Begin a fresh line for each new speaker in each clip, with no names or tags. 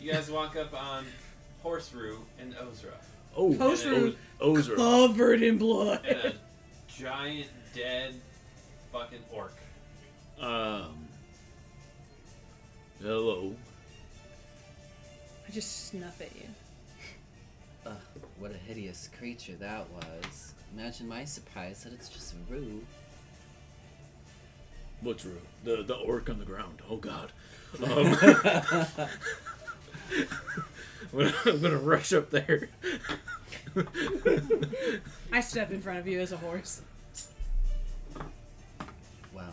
you guys walk up on Horse Roo and Ozra.
Oh,
Post
Oz- Ozer.
Covered in
And a
blood.
giant dead fucking orc.
Um. Hello.
I just snuff at you.
Ugh, what a hideous creature that was. Imagine my surprise that it's just Rue.
What's Roo? The the orc on the ground. Oh God. Um, I'm, gonna, I'm gonna rush up there.
I step in front of you as a horse.
Wow.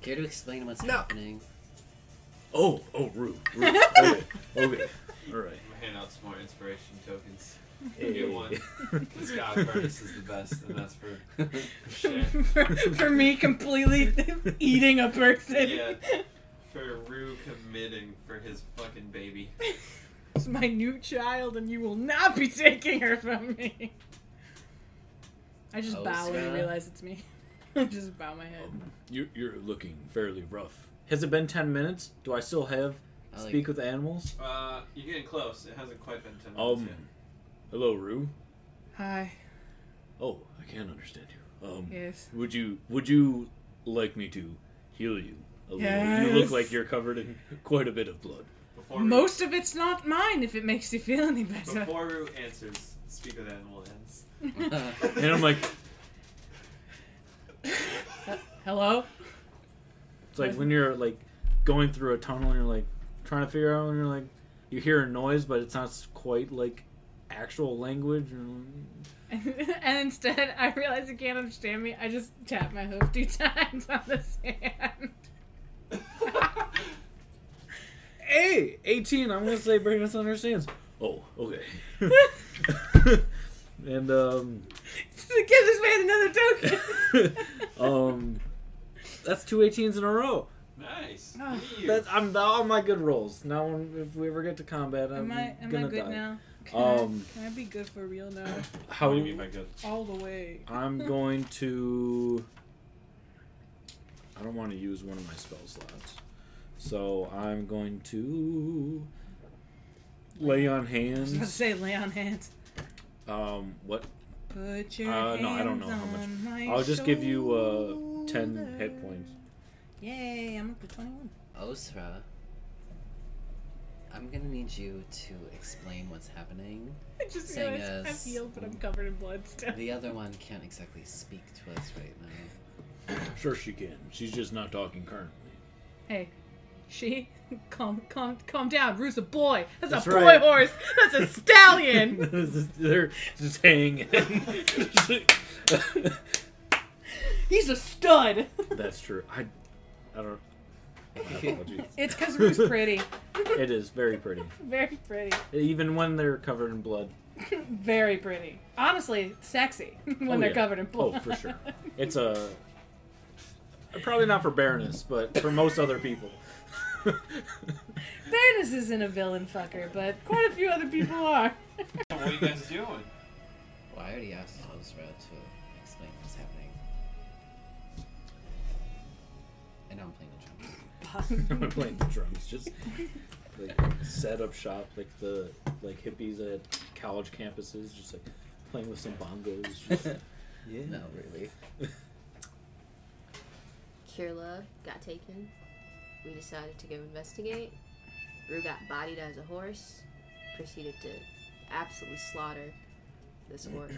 Care to explain what's
No.
happening?
oh oh Roo. Roo. Okay okay. All right.
I'm gonna hand out some more inspiration tokens.
Hey.
You won. This god furnace is the best, and that's for shit.
for, for me, completely eating a person.
Yeah. For Rue committing for his fucking baby.
It's my new child, and you will not be taking her from me. I just
Oh,
bow when I
Sarah.
realize it's me. I just bow my head.
Um, you you're looking fairly rough. Has it been ten minutes? Do I still have
I like-
speak with animals?
Uh, you're getting close. It hasn't quite been 10 minutes
Um.
yet.
Hello Roo.
Hi.
Oh I can't understand you. Um.
Yes.
Would you would you like me to heal you a little? You
Yes.
look like you're covered in quite a bit of blood.
Before Rue-
Most of it's not mine, if it makes you feel any better.
Before Rue answers, speak with animal ends.
And I'm like,
Hello?
it's like when you're like going through a tunnel and you're like trying to figure out and you're like you hear a noise but it's not s- quite like actual language. And,
And, and instead, I realize you can't understand me. I just tap my hoof two times on the sand.
hey, 18. I'm gonna say Brandon understands. Oh, okay. and um,
Give this man another token.
um, that's two 18s in a row.
Nice.
Oh.
Look at you.
That's I'm all my good rolls. Now, when- if we ever get to combat, I'm
am I am I
gonna
good
die.
now? Can,
Um,
I, can I be good for real now?
How
What do you mean by good?
All the way.
I'm going to. I don't want to use one of my spell slots, so I'm going to lay on
I was about to
hands.
say lay on hands.
Um, what?
Put your
Uh,
hands
no, I don't know how much-
on my
I'll just give you uh, ten
shoulder.
hit points.
Yay, I'm up to 21.
Osra, I'm gonna need you to explain what's happening.
I just
Saying
realized
yes.
I'm healed, but I'm covered in blood still.
The other one can't exactly speak to us right now.
Sure, she can. She's just not talking currently.
Hey, she, calm, calm, calm down. Rue's a boy. That's,
That's
a boy
right.
horse. That's a stallion.
They're just hanging.
He's a stud.
That's true. I, I don't. My apologies.
It's because Rue's pretty.
It is very pretty,
Very pretty.
even when they're covered in blood.
Very pretty. Honestly, sexy when
Oh,
they're
yeah.
covered in blood.
Oh, for sure. It's a probably not for Baroness, but for most other people.
Baroness isn't a villain fucker, but quite a few other people are.
What are you guys doing?
Well, I already asked Osra to explain what's happening. And now I'm playing the trumpet.
I'm playing the drums, just like set up shop, like the like hippies at college campuses, just like playing with some bongos. Just, yeah,
No, really.
Kirla got taken. We decided to go investigate. Rue got bodied as a horse. Proceeded to absolutely slaughter this orc.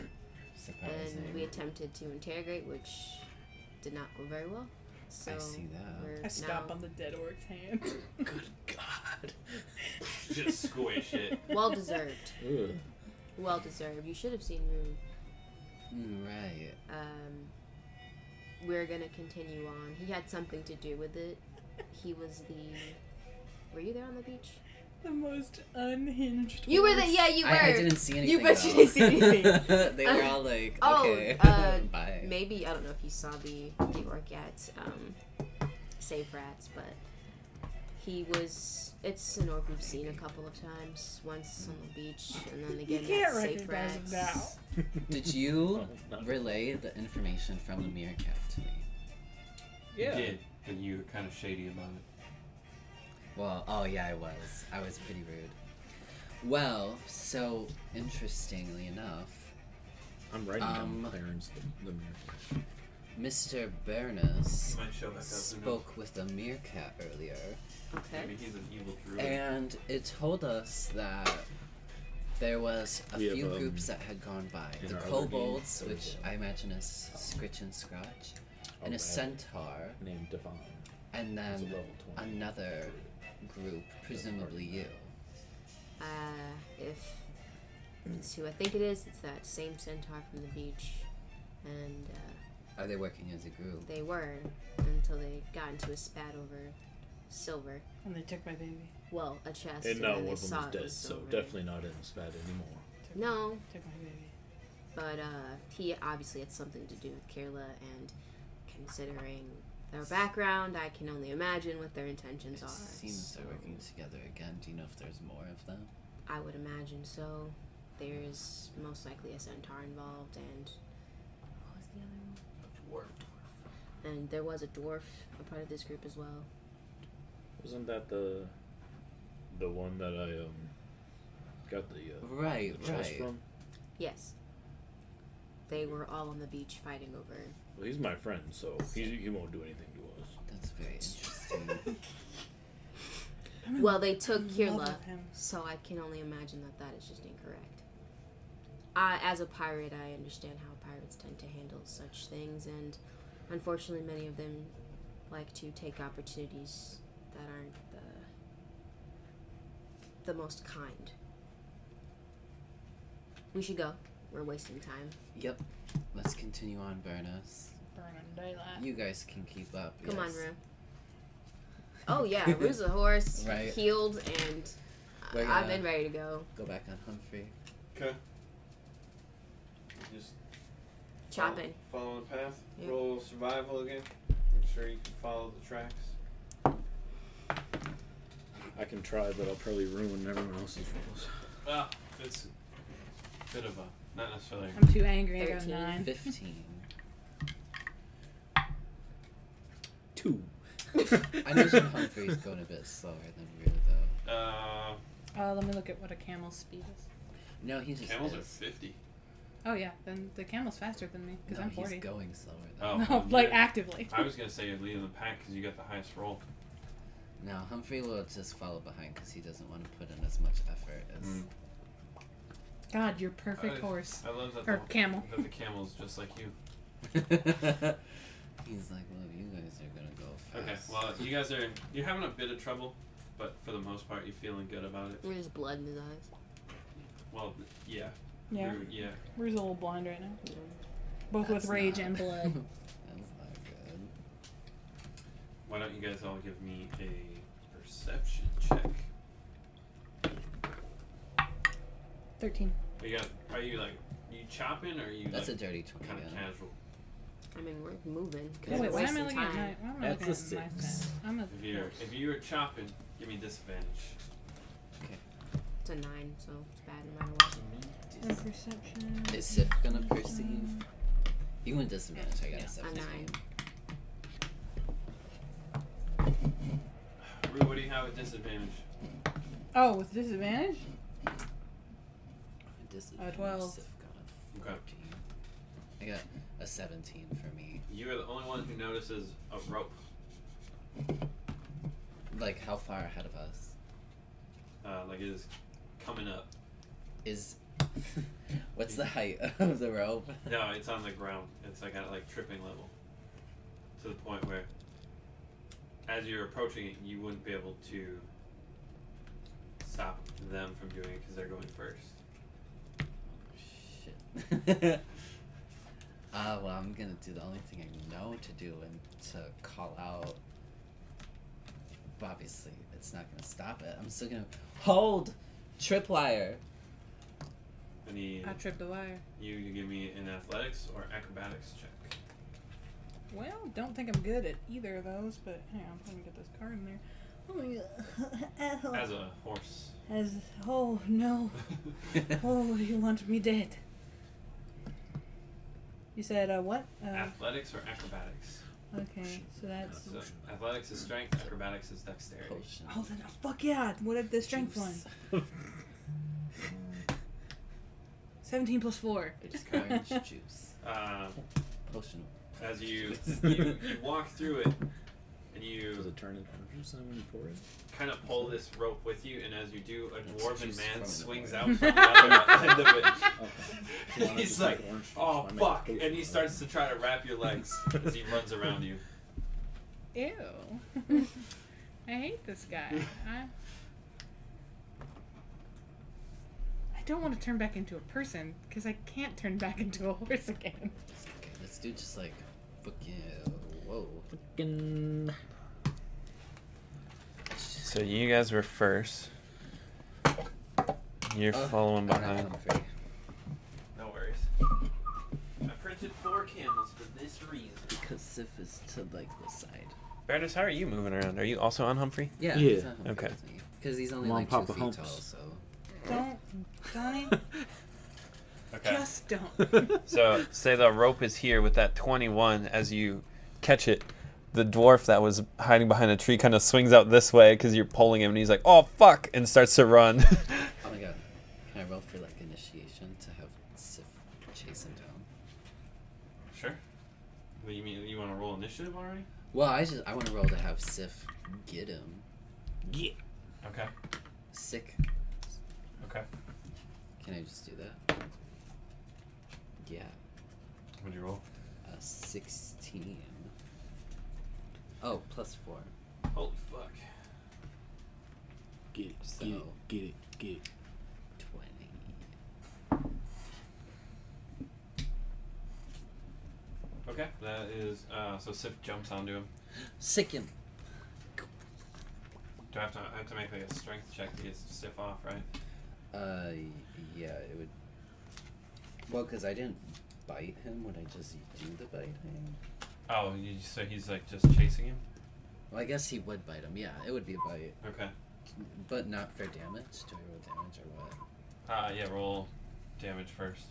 Surprising.
and we attempted to interrogate, which did not go very well. So
I see that.
we're
I stop
now-
on the dead orc's hand.
Good God.
Just squish it.
well deserved.
Ugh.
Well deserved. You should have seen Rue.
Mm, Right.
Um, we're gonna continue on. He had something to do with it. He was the. Were you there on the beach?
The most unhinged.
You were the.
horse.
Yeah, you were.
I, I didn't see anything.
You bet you
though.
didn't see
anything.
they were all like,
Oh,
okay,
uh,
bye.
Maybe I don't know if you saw the the orc at um, Save Rats, but he was. It's an orc we've seen a couple of times. Once on the beach, and then again
can't
at Safe
recognize
Rats.
him now.
Did
Oh,
you relay the information from the meerkat to me?
You did, and you were kind of shady about it.
Well, oh yeah, I was. I was pretty rude. Well, so interestingly enough,
I'm writing
Um,
down Clarence the, the meerkat.
Mr. Bernus
You might show back up. who knows?
spoke with a meerkat earlier,
Okay.
Maybe he's an evil druid.
and it told us that there was a
We have,
few
um,
groups that had gone by.
in
The
our other
kobolds,
game,
which
there's a-
I imagine is Scritch and Scratch, and a
lad
centaur,
named Devon.
and
He's Oh, a
then
level 20.
another group, um, presumably you.
Uh, if it's who I think it is, it's that same centaur from the beach, and uh,
Are they working as a group?
they were until they got into a spat over silver.
And they took my baby.
Well, a chest.
And
then
now
they
one of them
saw
is
it
dead,
was
so
silver.
definitely not in this bad anymore.
Took,
No,
Took my baby.
but uh, he obviously had something to do with Kirla, and considering their background, I can only imagine what their intentions
It
are.
seems
so
they're working together again. Do you know if there's more of them?
I would imagine so. There's most likely a centaur involved, and what was the other one?
Dwarf.
And there was a dwarf a part of this group as well.
Wasn't that the the one that I um got the, uh,
Right,
the chest
right.
from?
Yes. They were all on the beach fighting over.
Well, he's my friend, so he he won't do anything to us.
That's very interesting.
Well, they took
I'm in love
Kirla,
with him.
so I can only imagine that that is just incorrect. I, as a pirate, I understand how pirates tend to handle such things, and unfortunately, many of them like to take opportunities that aren't the the most kind. We should go. We're wasting time.
yep. Let's continue on, Burnus.
Burning daylight.
You guys can keep up.
Uh, Come on,
yes.
Rue. Oh yeah, Rue's a horse,
Right. uh,
healed, and
We're
I- I've
gonna-
been ready to go.
Go back on Humphrey.
Okay. Just
Chopping.
oh.
Follow the path.
Yep.
Roll survival again. Make sure you can follow the tracks.
I can try, but I'll probably ruin everyone else's rolls.
Well, it's a Ah, bit of a not necessarily.
I'm too angry. I got
Thirteen.
nine.
15.
Two.
I imagine Humphrey's going a bit slower than Rue, though.
Uh,
Uh, let me look at what a camel's speed is.
No, he just
camels
is.
are fifty.
Oh yeah, then the camel's faster than me because
no,
I'm
he's
forty.
going slower, though.
Oh,
No,
I'm
like
good.
actively.
I was gonna say you're leading the pack because you got the highest roll.
No, Humphrey will just follow behind because he doesn't want to put in as much effort as.
Mm.
God, you're perfect horse
I love that.
or
the,
camel.
that the camel's just like you.
he's like, well, you guys are going to go
Mm. Okay.
fast.
Well, you guys are you're having a bit of trouble, but for the most part, you're feeling good about it.
There's blood in his eyes.
Well, yeah.
Yeah,
You're- yeah.
Rue's a little blind right now, both
That's
with rage
not-
and blood.
That's not good.
Why don't you guys all give me a perception check?
Thirteen.
Are you, got, are you like you chopping or are you
That's a
like,
dirty 20.
kind of
yeah.
casual?
I mean, we're moving. 'cause
Oh,
we're
wait, why am I
wasting
looking at
time.
night? Why am I
That's
looking
a
at night?
six.
then? I'm a
If you're
horse.
if you were chopping, give me disadvantage.
It's a nine, so it's bad no matter what.
And perception.
Is Sif gonna perceive? Even with disadvantage, I got
Mm. Yeah.
a
A
17.
nine.
Rue, what do you have at disadvantage?
Oh, with disadvantage.
With disadvantage,
12.
Sif got a
Okay.
14. I got a 17 for me.
You are the only one who notices a rope.
Like, how far ahead of us
Uh, like it is coming up.
is. What's the height of the rope?
No, it's on the ground. It's like at like tripping level. To the point where as you're approaching it you wouldn't be able to stop them from doing it because they're going first.
Shit. Ah, well, I'm gonna do the only thing I know to do and to call out. But obviously, it's not gonna stop it. I'm still gonna hold tripwire.
I need
I tripped the wire.
you to give me an athletics or acrobatics check.
Well, don't think I'm good at either of those, but hang on, let me get this card in there. Oh my god.
As a horse.
As oh no.
Uh.
Oh, you want me dead. You said uh, what? Uh,
Ah. athletics or acrobatics?
Okay, so that's.
So athletics is strength, acrobatics is dexterity.
Potion.
Oh, then, oh, fuck yeah! What did the strength one?
Juice.
17 plus 4.
It's orange juice.
Um,
Potion.
as you, you you walk through it and
Does
you
it turn into orange juice then when you pour it?
kind of pull this rope with you, and as you do, a
That's
dwarven
just from
man
the
swings
way.
out from the other end of it.
Why not
He's
just
like,
make orange juice?
"Oh
Why make
fuck!"
potion
and he
out of
starts
it?
to try to wrap your legs as he runs around you.
Ew. I hate this guy. I, I don't want to turn back into a person because I can't turn back into a horse again.
Okay, this dude just like fucking whoa.
Fucking-
So you guys were first. You're
Uh,
following
I don't have Humphrey.
No worries. I printed four candles for this reason.
Because Sif is to like the side.
Bertus, how are you moving around? Are you also on Humphrey?
Yeah.
Yeah.
Okay.
Because he's only
Mom,
like
Papa
two feet
humps.
tall, so
Don't. Donnie, just don't.
So say the rope is here with that 21 as you catch it. The dwarf that was hiding behind a tree kind of swings out this way because you're pulling him, and he's like, "Oh fuck!" and starts to run.
oh my god. Can I roll for like initiation to have Sif chase him down?
sure. What do you mean? You want to roll initiative already?
Well, I just I want to roll to have Sif get him.
Okay.
Sick.
Okay.
Can I just do that? Yeah.
What'd you roll?
A sixteen. Oh, plus four.
Holy fuck!
Get it,
So-
get it, get it, get it.
20.
Okay. That is uh, so. Sif jumps onto him.
Sick him.
Do I have to? I have to make like a strength check to get Sif off, right?
Uh, yeah, it would. Well, because I didn't bite him. Would I just do the bite thing?
Oh, you, so he's like just chasing him.
Well, I guess he would bite him. Yeah, it would be a bite,
Okay.
but not for damage. Do I roll damage or what?
Uh, yeah. Roll damage first.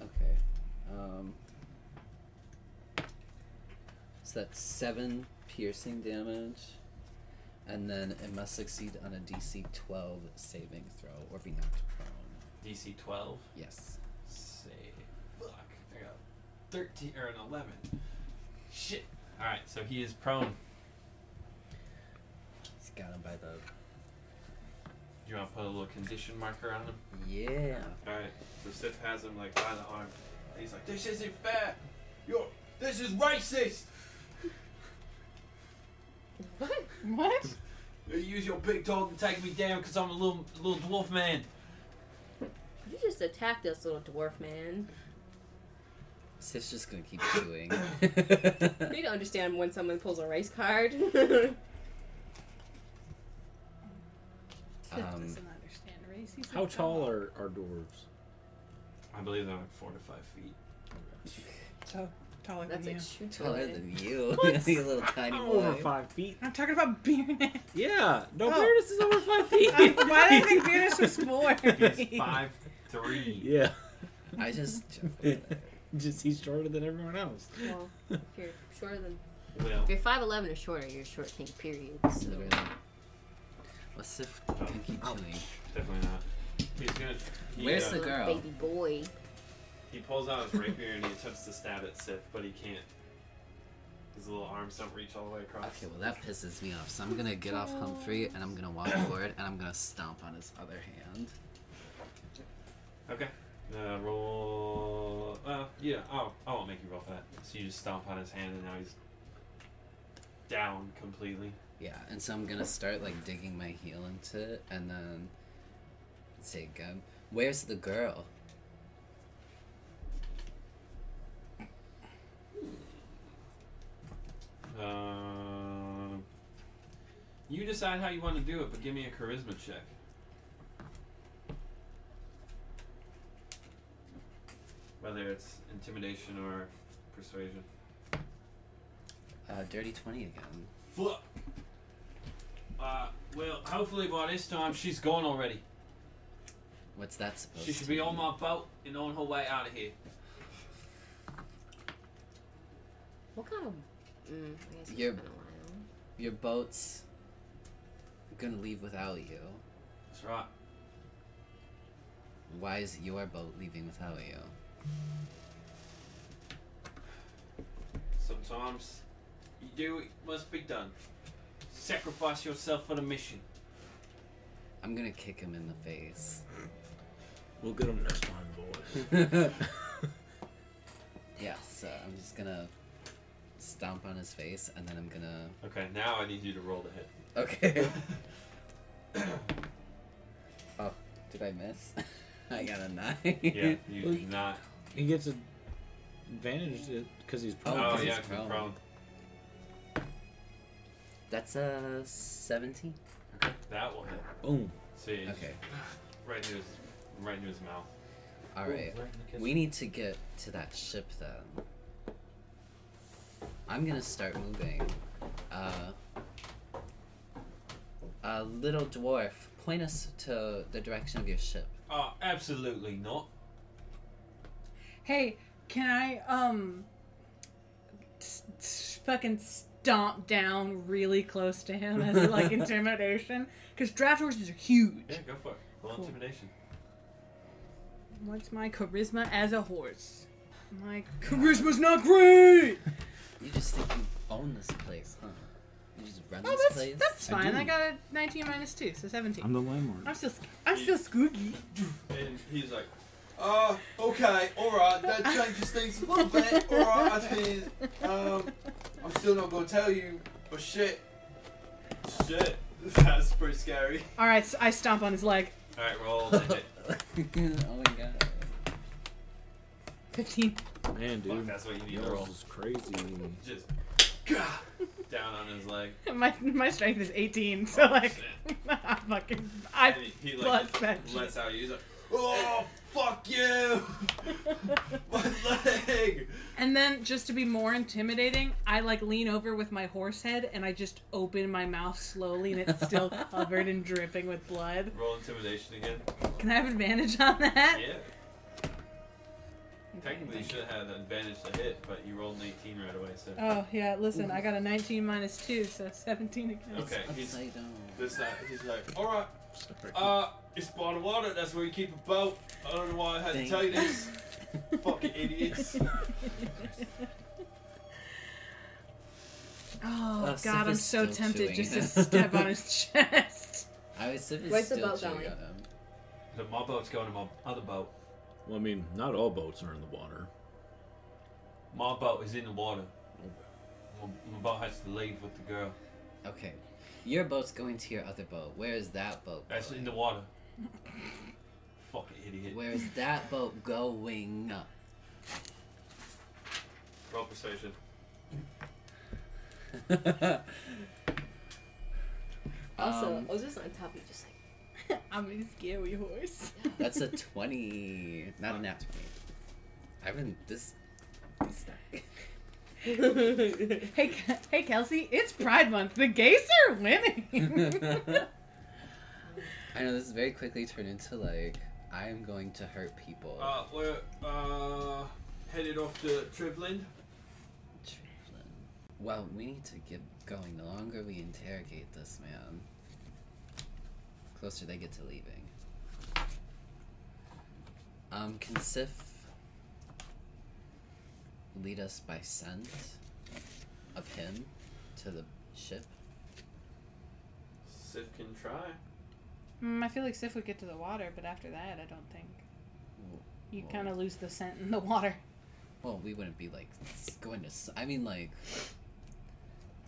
Okay. Um. So that's seven piercing damage, and then it must succeed on a DC 12 saving throw or be knocked prone.
DC 12.
Yes.
Say, fuck. I got 13 or an 11. Shit. All right, so he is prone.
He's got him by the.
Do you want to put a little condition marker on him?
Yeah.
All right. So Sif has him like by the arm. And he's like, "This isn't fair. Yo, this is racist.
What?
What?
You use your big dog to take me down because I'm a little little dwarf man."
You just attacked us, little dwarf man.
Sif's just gonna keep chewing.
You need to understand when someone pulls a race card. Wait,
Sif
Um,
doesn't understand race. He's
How
like,
tall
"Oh."
are, are dwarves?
I believe they're like four to five feet.
So taller
That's
than
a
you.
true
taller
toy.
than you.
What? Oh,
you little tiny
I'm
boy.
over five feet.
I'm talking about Beardus.
Yeah, no,
Oh.
Beardus is over five feet.
Why did I think Beardus was four?
He's five three.
Yeah,
I just jump over there.
just he's shorter than everyone else.
Well, if you're shorter than
Well,
if you're five eleven or shorter, you're a short king. Period. So
Literally. Well, Sif can keep
Oh.
chewing.
definitely not. He's gonna. He,
Where's
uh,
the
Little
girl.
baby boy.
He pulls out his rapier and he attempts to stab at Sif, but he can't. His little arms don't reach all the way across.
Okay, well that pisses me off. So I'm gonna get off Humphrey and I'm gonna walk forward and I'm gonna stomp on his other hand.
Okay. Uh, roll. Uh, yeah. Oh, I won't make you roll for that. So you just stomp on his hand, and now he's down completely.
Yeah, and so I'm gonna start like digging my heel into it and then say again, where's the girl?
Uh, you decide how you want to do it, but give me a charisma check. Whether it's intimidation or persuasion.
Uh, dirty twenty again.
Fuck. Uh, well, hopefully by this time she's gone already.
What's that supposed
She should
to
be on my boat and on her way out of here.
What kind of Mm, I guess it's
You're-
been a while.
Your boat's gonna leave without you.
That's right.
Why is your boat leaving without you?
Sometimes you do what must be done. Sacrifice yourself for the mission.
I'm gonna kick him in the face.
We'll get them next time, boys.
yeah, so I'm just gonna stomp on his face and then I'm gonna.
Okay, now I need you to roll the hit.
Okay. oh, did I miss? I got a nine.
Yeah, you did not.
He gets an advantage because he's prone.
Oh,
he's
yeah,
prone.
prone.
That's a 17.
Okay, that will hit.
Boom.
See, it's
Okay,
right through his, right through his mouth.
alright. We need to get to that ship then. I'm gonna start moving. Uh, uh, little dwarf, point us to the direction of your ship.
Oh, absolutely not.
Hey, can I um s- s- fucking stomp down really close to him as like intimidation? Because draft horses are
Yeah,
huge.
go for it. Roll
Cool.
intimidation.
What's my charisma as a horse? My charisma's not great.
You just think you own this place, huh? You just run
Oh,
this
that's
place?
that's
I
fine.
do.
I, got a 19 minus two, so 17.
I'm the landlord.
I'm still sc- I'm still skooky.
And he's like, oh, okay, alright, that changes things a little bit. Alright, I think, um, I'm still not going to tell you, but shit. Shit. That's pretty scary.
All right, so I stomp on his leg.
Alright, roll the hit.
oh my god.
15.
Man, dude.
Fuck, that's what you need to roll.
Yours is crazy.
Just, down on his leg.
My my strength is 18, so
Oh,
like
shit.
I fucking
And
I
he, he
Blood
like,
fetch.
just lets out you. He's like, oh, fuck you! My leg!
And then, just to be more intimidating, I like lean over with my horse head and I just open my mouth slowly, and it's still covered and dripping with blood.
Roll intimidation again.
Can I have advantage on that?
Yeah. Technically, you should have had an advantage to hit, but you rolled an 18 right away, so.
Oh yeah, listen, I got a 19 minus two, so 17 again.
Okay, he's
Upside down.
this side. He's like, alright,
Sorry.
uh, it's by the water, that's where you keep a boat. I don't know why I had to
Dang.
tell you this. Fucking idiots.
Oh
Uh,
god, I'm
Sif is
so
still
tempted
chewing.
just to step on his chest.
I was if it's
Where's the
still
boat
chewing
going?
on him.
So my boat's going to my other boat.
Well, I mean, not all boats are in the water.
My boat is in the water. My, my boat has to leave with the girl.
Okay. Your boat's going to your other boat. Where is that boat?
That's in
going?
the water. Fucking idiot.
Where is that boat going?
Roll persuasion.
Also,
Um,
I was just on top of you, just like,
I'm a scary horse.
That's a 20. Not a nat 20. I've been this. this night.
Hey, Ke- hey, Kelsey, it's Pride Month. The gays are winning.
I know this very quickly turned into like, I am going to hurt people.
Uh, we're uh, headed off to Trivland.
Triflin. Well, we need to get going. The longer we interrogate this man, closer they get to leaving. Um, can Sif lead us by scent of him to the ship?
Sif can try.
Mm, I feel like Sif would get to the water, but after that, I don't think.
Well-
You
well-
kind of lose the scent in the water.
Well, we wouldn't be like s- going to. s- I mean, like.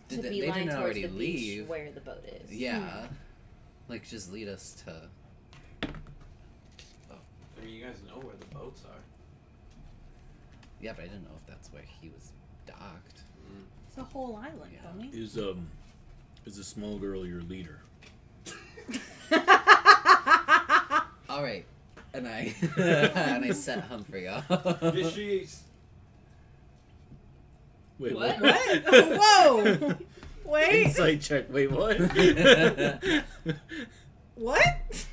to
Did they,
be
they
lying
didn't
towards
already
the beach
leave.
where Hmm. the boat is.
Yeah. Like, just lead us to.
I mean, you guys know where the boats are.
Yeah, but I didn't know if that's where he was docked.
It's a whole island,
Yeah.
dummy.
Is um, is a small girl your leader?
All right, and I and I set Humphrey up.
Yes, she is.
Wait,
What?
What? Whoa. Wait,
Insight check. Wait, what?
what?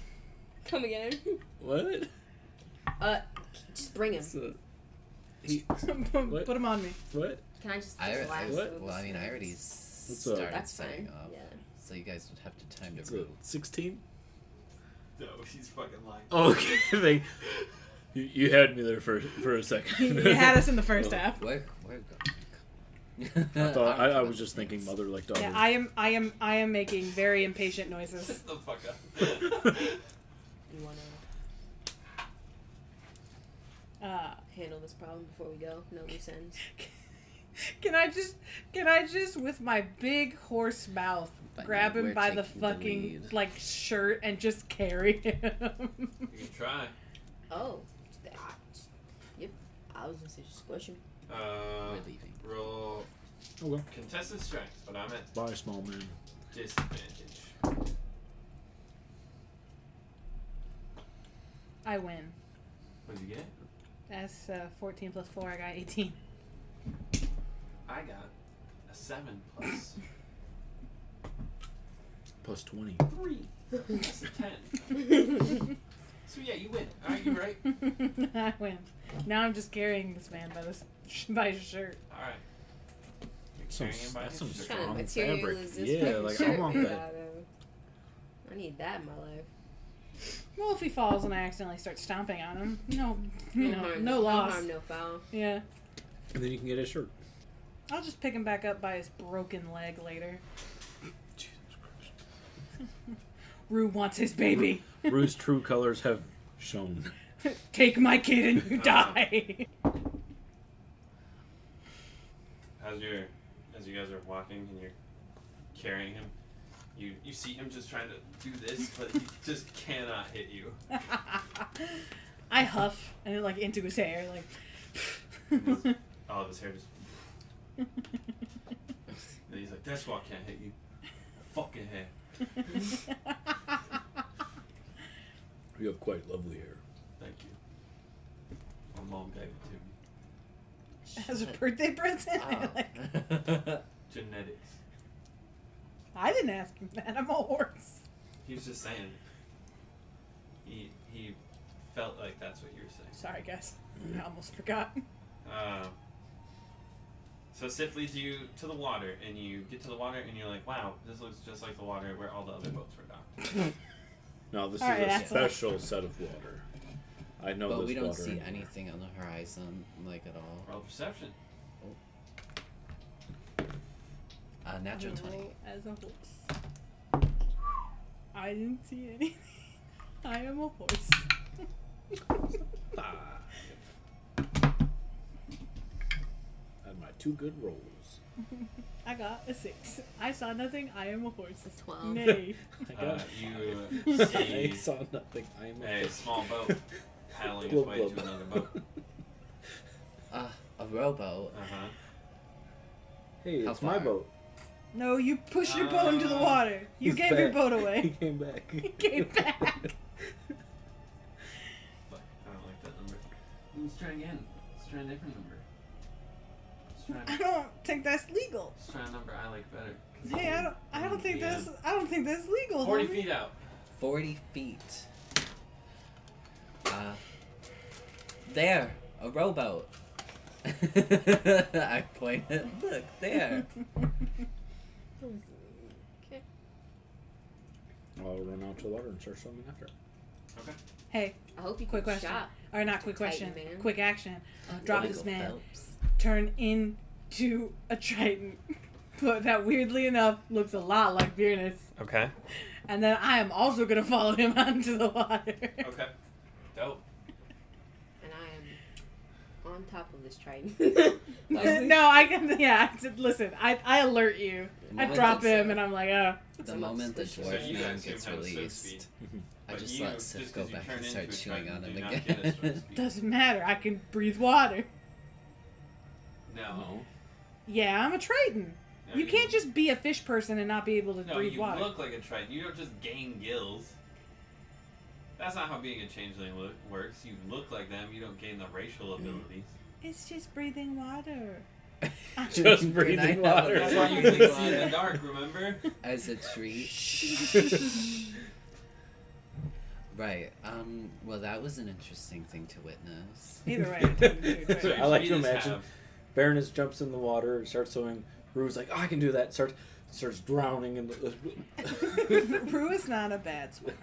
Come again.
what?
Uh, just bring him.
So- he,
Put him on me.
what?
Can I just
I,
just
I,
laugh
What?
so it
well, I mean, I already
listens?
up?
started
That's
setting
fine.
up,
Yeah.
so you guys would have to time to
It's a
move.
16?
No, he's fucking lying.
Okay. they- you, you had me there for, for a second.
you had us in the first
Oh.
half.
Where, where go?
I, thought, I, I was just thinking mother like daughter.
Yeah, I am. I am. I am making very impatient noises.
Shut the fuck up.
You want to
Uh,
handle this problem before we go? No loose ends.
can I just? Can I just, with my big horse mouth,
But
grab
we're
him by the
taking the
fucking
lead.
like shirt and just carry him?
you can try.
Oh. that- Yep. I was gonna say just squish him.
Uh,
We're leaving.
roll
Oh, well.
contested strength, but I'm at
Bye, small man.
disadvantage.
I win.
What'd you get?
That's uh, fourteen plus four. I got eighteen.
I got a seven plus
Plus 20.
three. That's a ten. So yeah, you win. Are you right?
I win. Now I'm just carrying this man by this by his shirt.
All right. You're
Some,
carrying him by
that's
your
some
shirt.
Kind of
strong
material
fabric.
is this
Yeah,
fucking
like I
shirt
want
made
that.
out of? I need that in my life.
Well, if he falls and I accidentally start stomping on him, no, you
Hmm, no,
know,
harm,
no loss.
No harm, no foul.
Yeah,
And then you can get a shirt.
I'll just pick him back up by his broken leg later.
Jesus Christ.
Rue wants his baby.
Rue's true colors have shown.
Take my kid and you
Uh.
die.
As you're, as you guys are walking and you're carrying him, you you see him just trying to do this, but he just cannot hit you.
I huff and it like into his hair, like.
All of his Oh, hair just. And he's like, "That's why I can't hit you. Fucking hair."
You have quite lovely hair.
Thank you. My mom gave it to me.
As a birthday present, like,
Genetics.
I didn't ask him that. I'm a horse.
He was just saying. He he felt like that's what you were saying.
Sorry, guys. I almost forgot.
Um, so Sif leads you to the water, and you get to the water, and you're like, "Wow, this looks just like the water where all the other boats were docked."
No, this
All right,
is a
that's a lot.
special set of water. I know
but
this
we don't
water.
see anything on the horizon, like at all.
Roll perception.
Uh, natural twenty.
Roll As a horse. I didn't see anything. I am a horse.
And my two good rolls.
I got a six. I saw nothing. I am a horse.
It's twelve.
Nay.
I
Uh,
got-
you uh,
I
see
saw nothing. I am
a
fish.
small boat paddling its
Glub,
way
glub.
to another boat.
Uh, a rowboat.
Uh huh.
Hey,
How
it's my
far?
boat.
No, you pushed your boat into the
Ah.
water. You
He's
gave your
back.
boat
He
away.
came back.
He came back.
Fuck, I don't like that number. Let's try again. Let's try a different number. Let's
I
try.
don't think that's legal.
Let's try a number I like better. 'cause
Hey, I don't. I don't think
Yeah.
that's. I don't think that's legal.
Forty
homie.
feet out.
Forty feet. Uh, there, a rowboat. I pointed. Look there.
I'll run out to the water and start swimming after. it.
hey,
I hope you
Quick
can
question.
shop.
or not quick
Titan
question.
man.
Quick action. Drop this man.
Phelps.
Turn into a triton, but that weirdly enough looks a lot like Beerus.
Okay.
And then I am also gonna follow him onto the water.
Okay. Dope.
And I am on top of this trident.
Like-
no, I can. Yeah, I said, listen, I I alert you.
The
I
moment
drop
that-
him, and I'm like, oh,
The moment the
So
So
dwarf
you
man
guys
gets
assume have a swim speed.
released, I
But
just
you,
let Sif
just
go
'cause you
back
turn
and
into
start
a
chewing
dragon,
on him
do not get a swim
again.
speed.
doesn't matter. I can breathe water.
No.
Yeah, I'm a triton.
No,
You can't just be a fish person and not be able to
No,
breathe
you
water.
look like a triton. You don't just gain gills. That's not how being a changeling lo- works. You look like them. You don't gain the
Mm.
racial abilities.
It's just breathing water. Ah,
Just
And
breathing
I know
water.
what
That's why you
that
can
is.
see in the dark. Remember?
As a treat. Right. Um, well, that was an interesting thing to witness.
Either way. it doesn't do it,
I
So
right?
like
you
to
just
imagine-
have
Baroness jumps in the water, starts swimming. Rue's like, oh, I can do that. Starts starts drowning in the.
Rue is not a bad swimmer.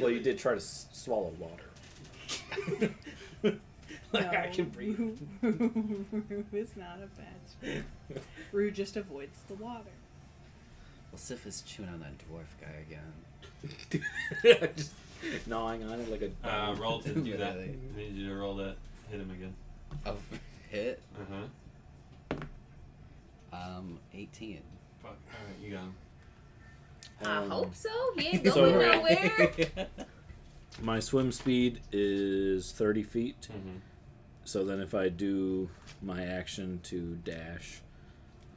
well, you did try to s- swallow water. like I
No,
can breathe.
Rue, Rue is not a bad swimmer. Rue just avoids the water.
Well, Sif is chewing on that dwarf guy again.
Just gnawing on it like a.
Uh, roll to do that.
eh?
Literally.
I need you to roll that. Hit him again.
A hit.
Uh huh.
Um, 18.
Fuck. Alright, you got him.
I
Um,
hope so. He ain't
so-
going nowhere.
My swim speed is 30 feet.
Mm-hmm.
So then if I do my action to dash,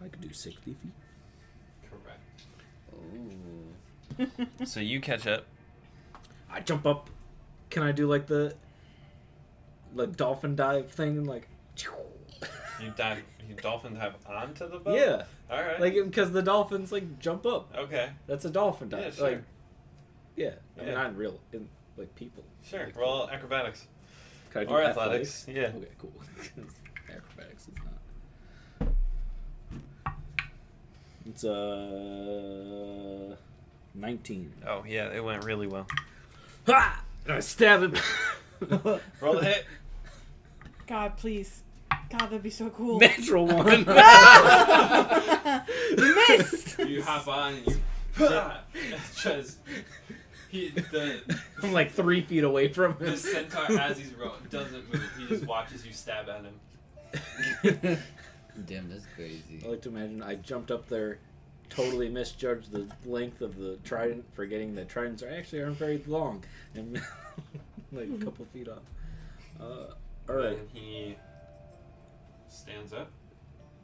I could do 60 feet.
Correct.
Ooh.
So you catch up.
I jump up. Can I do like the like dolphin dive thing? Like,
You dive. You dolphin dive onto the boat.
yeah,
All right.
like because the dolphins like jump up.
okay.
That's a dolphin
Yeah.
dive.
Sure.
Like, yeah. I mean,
Yeah.
not in real, in like people.
sure.
like-
Roll acrobatics
Can I do
or athletics. Yeah.
Okay, cool. 'Cause acrobatics is not. It's uh, nineteen.
Oh yeah, it went really well.
Ha! And I stab him.
Roll the hit.
God, please. God, that'd be so cool.
Natural one.
Ah!
you missed!
You hop on and you. Yeah. Just he the
I'm like three feet away from
the
him.
centaur as he's rolling doesn't move. He just watches you stab at him.
Damn, that's crazy.
I like to imagine I jumped up there, totally misjudged the length of the trident, forgetting that tridents are actually aren't very long, and like a couple feet off. Uh, all right.
And he stands up.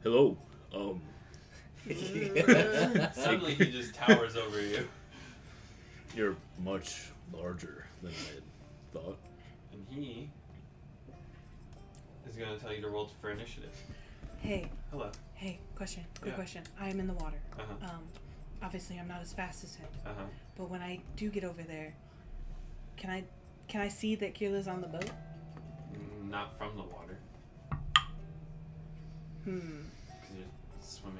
Hello. Um.
Suddenly he just towers over you.
You're much larger than I thought.
And he is going to tell you to roll for initiative.
hey,
Hello.
hey, question. Quick
Yeah.
question. I am in the water.
Uh-huh.
Um, obviously, I'm not as fast as him.
Uh-huh.
But when I do get over there, can I can I see that Kirla's on the boat?
Not from the water,
Hmm.
because you're swimming.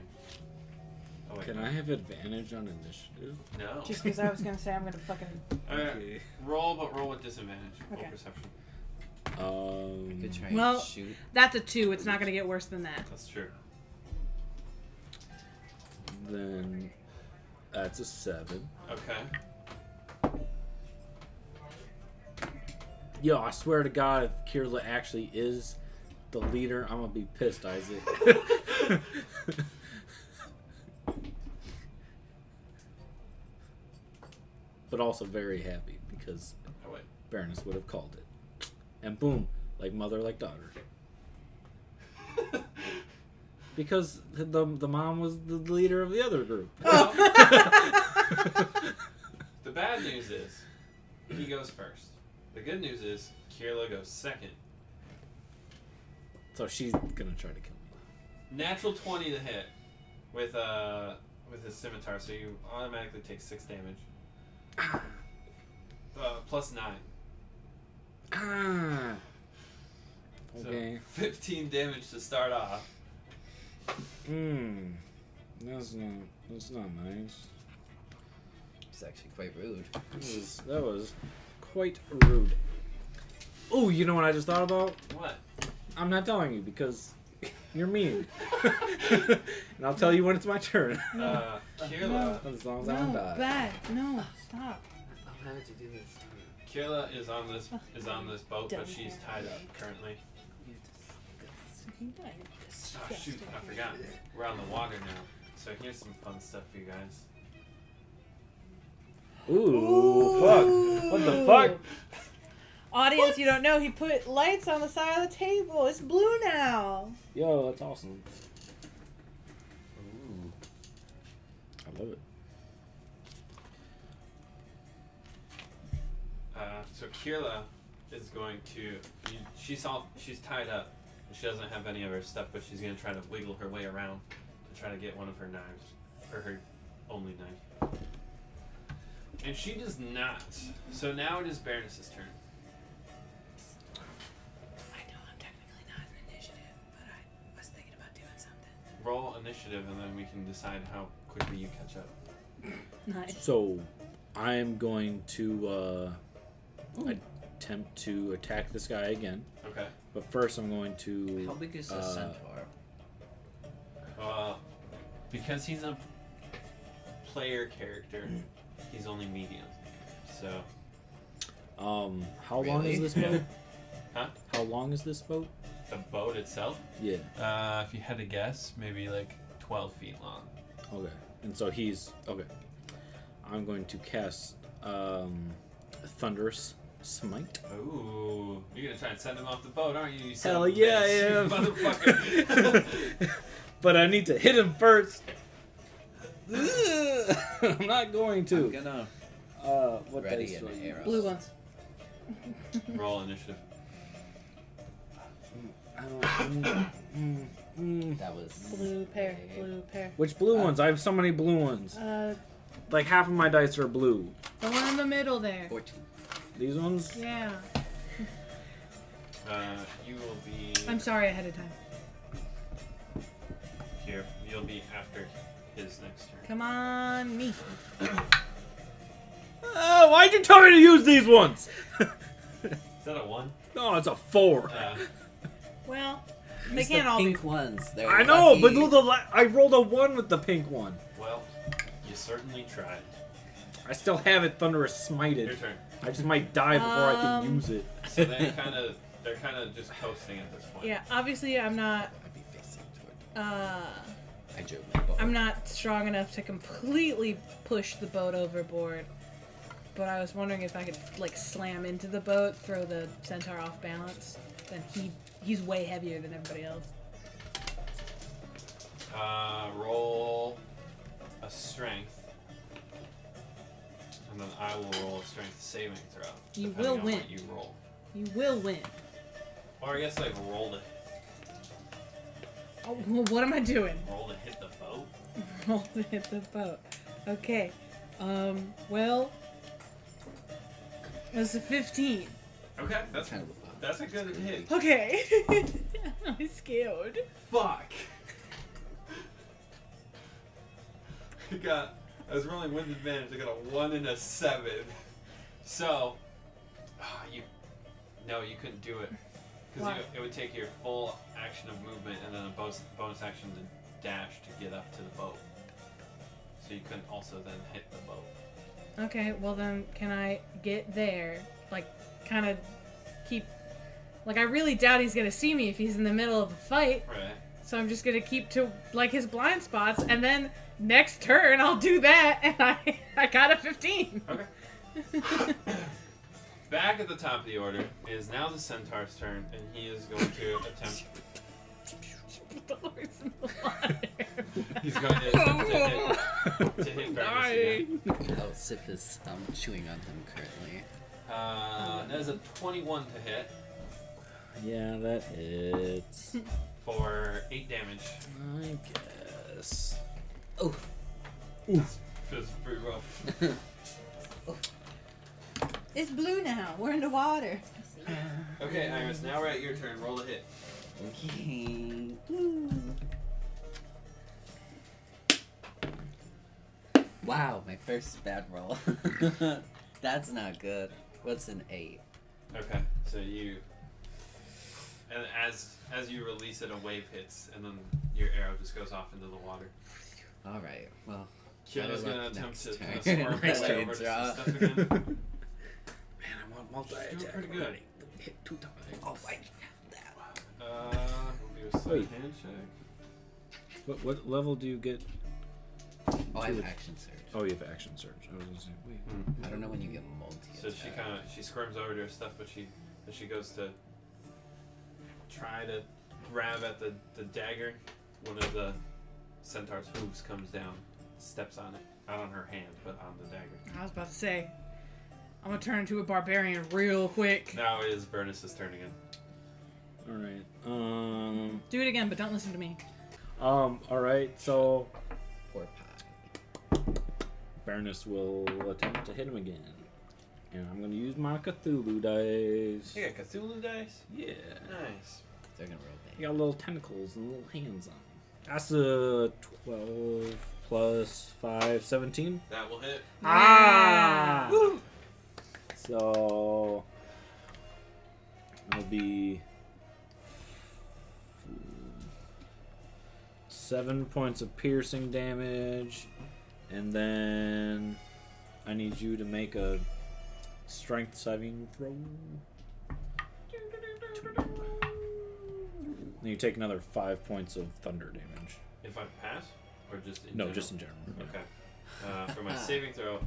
Oh, wait.
Can I have advantage on initiative?
No.
Just because I was gonna say I'm gonna fucking.
Alright, roll, but roll with disadvantage. Roll
Okay.
perception.
Um.
Could try
Well-
and shoot.
That's a two. It's not gonna get worse than that.
That's true.
Then that's a seven.
Okay.
Yo, I swear to God, if Kirla actually is the leader, I'm gonna be pissed, Isaac.
Oh,
but also very happy because
Oh, wait.
Baroness would have called it. And boom, like mother, like daughter. Because the, the mom was the leader of the other group.
Oh.
Well, the bad news is he goes first. The good news is Kirla goes second.
So she's gonna try to kill me.
Natural twenty to hit with uh with his scimitar, so you automatically take six damage. Uh, plus nine,
Ah!
so
Okay.
fifteen damage to start off.
Hmm. That's not. That's not nice.
It's actually quite rude.
That was, that was quite rude. Oh, you know what I just thought about?
What?
I'm not telling you because you're mean, and I'll tell you when it's my turn.
Uh, Kirla,
As long as I
No,
don't die.
bad. No, stop.
How did you do this?
Kirla is on this is on this boat, but she's tied up currently. Oh shoot, I forgot. We're on the water now. So here's some fun stuff for you guys.
Ooh, fuck! What the fuck?
Audience, you don't know. He put lights on the side of the table. It's blue now.
Yo, that's awesome.
Ooh.
I love it.
Uh, so Kirla is going to. She's all. She's tied up. And she doesn't have any of her stuff, but she's gonna try to wiggle her way around to try to get one of her knives, or her only knife. And she does not. So now it is Baroness's turn.
I know I'm technically not
roll initiative, and then we can decide how quickly you catch up.
Nice.
So, I'm going to uh, attempt to attack this guy again.
Okay.
But first, I'm going to.
How big is the
uh,
centaur?
Uh, because he's a player character, he's only medium. So
Um, how long is
Really?
this boat?
Huh?
How long is this boat?
the boat itself,
Yeah.
uh, if you had to guess, maybe like 12 feet long.
Okay. And so he's okay. I'm going to cast um, thunderous smite.
Ooh, you're gonna try and send him off the boat, aren't you? you son
Hell
of a
yeah,
bitch, you
I am.
motherfucker.
But I need to hit him first. Ugh, I'm not going
I'm
to.
gonna
Uh, what
ready
dice
an
do I use?
arrow.
Blue ones.
Roll initiative.
I don't- mm, mm, mm.
That was
Blue pair. Blue pair.
Which blue ones? I have so many blue ones.
Uh,
Like half of my dice are blue.
the one in the middle there.
Fourteen.
These ones?
Yeah.
Uh, you will be
I'm sorry ahead of time.
here. You'll be after his next turn.
Come on, me.
Oh, why'd you tell me to use these ones?
Is that a one?
No, it's a four.
Uh,
Well, they
It's
can't all be.
pink ones. They're
I know, but
lucky.
look, the la- I rolled a one with the pink one.
well, you certainly tried.
I still have it thunderous
Your
smited.
turn.
I just might die before I can
Um,
use it.
So they're kind of they're kind of just coasting at this point.
Yeah, obviously I'm not.
I'd be facing toward.
Uh,
I drew my bow.
I'm not strong enough to completely push the boat overboard. But I was wondering if I could like slam into the boat, throw the centaur off balance. Then he he's way heavier than everybody else.
Uh, roll a strength, and then I will roll a strength saving throw.
You
depending
will
on
win.
What you roll,
You will win.
or I guess like roll to
Oh, well, what am I doing?
roll to hit the boat.
Roll to hit the boat. Okay. Um. Well, that's a fifteen.
Okay, that's
Kind of a-
that's a good hit.
Okay. I'm scared.
Fuck. I got. I was rolling with advantage. I got a one and a seven. So, ah, you. No, you couldn't do it because
Why?
it would take your full action of movement and then a bonus, bonus action to dash to get up to the boat. So you couldn't also then hit the boat.
Okay. Well then, can I get there? Like, kind of keep. Like, I really doubt he's gonna see me if he's in the middle of a fight.
Right.
So I'm just gonna keep to like his blind spots, and then next turn I'll do that, and I I got a fifteen.
Okay. Back at the top of the order it is now the centaur's turn, and he is going to attempt.
Put the horse in the water.
He's going to attempt to hit to hit Fergus again.
Oh, Sif is um, chewing on him currently.
Uh, that is a 21 to hit
Yeah, that hits.
for 8 damage.
I guess.
Oh,
Feels pretty rough.
It's blue now. We're in the water.
Okay, Iris, now we're at your turn. Roll a hit.
okay. Woo. Wow, my first bad roll. That's not good. What's an eight?
Okay, so you. And as as you release it, a wave hits, and then your arrow just goes off into the water.
All right. Well,
Kiana's
better luck
gonna attempt
next
to kind of
turn.
swarm
Next
her way
turn,
over to
draw.
some stuff again.
Man, I want multi
She's doing pretty good.
Hit two times.
Oh, I can't have that.
Uh, we'll do a slight
Wait.
hand check.
What, what level do you get?
Oh, I have
Two.
action surge.
Oh, you have action surge. I was gonna say, wait.
I don't know when you get multi.
So she kind of she squirms over to her stuff, but she as she goes to try to grab at the, the dagger, one of the centaur's hooves comes down, steps on it, not on her hand, but on the dagger.
I was about to say, I'm gonna turn into a barbarian real quick.
Now it is Bernice's turn again.
All right. Um.
Do it again, but don't listen to me.
Um. All right. So
Poor pie.
Baroness will attempt to hit him again, and I'm gonna use my Cthulhu dice.
You got Cthulhu dice.
Yeah.
Nice.
They're gonna roll
They got little tentacles and little hands on them. That's a 12 plus 5, 17.
That will hit.
Ah! So it'll be seven points of piercing damage, and then I need you to make a strength saving throw. And you take another five points of thunder damage.
If I pass, or just in
no,
general?
just in general. yeah.
Okay. Uh, for my saving throw,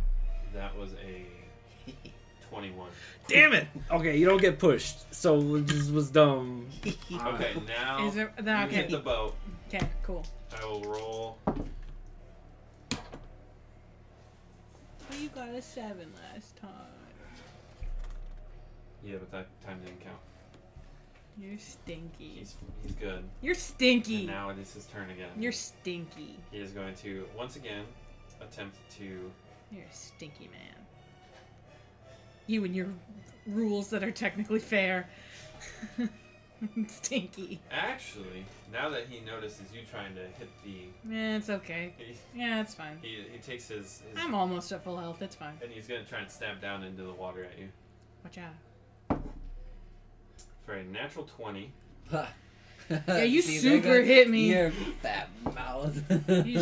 that was a 21.
Damn it! Okay, you don't get pushed. So this was dumb.
Okay, now
Ah. Is there, then,
you hit the
okay.
bow.
Okay, cool.
I will roll.
But you got a seven last time.
Yeah, but that time didn't count.
You're stinky.
He's he's good.
You're
And
stinky.
now it is his turn again.
You're stinky.
He is going to once again attempt to.
You're a stinky man. You and your rules that are technically fair. stinky.
Actually, now that he notices you trying to hit the,
Yeah, it's okay.
he
Yeah, it's fine.
he, he takes his, his
I'm almost at full health. It's fine.
and he's gonna try and stab down into the water at you
Watch out.
for a natural twenty.
yeah,
you super hit me.
Your fat mouth.
You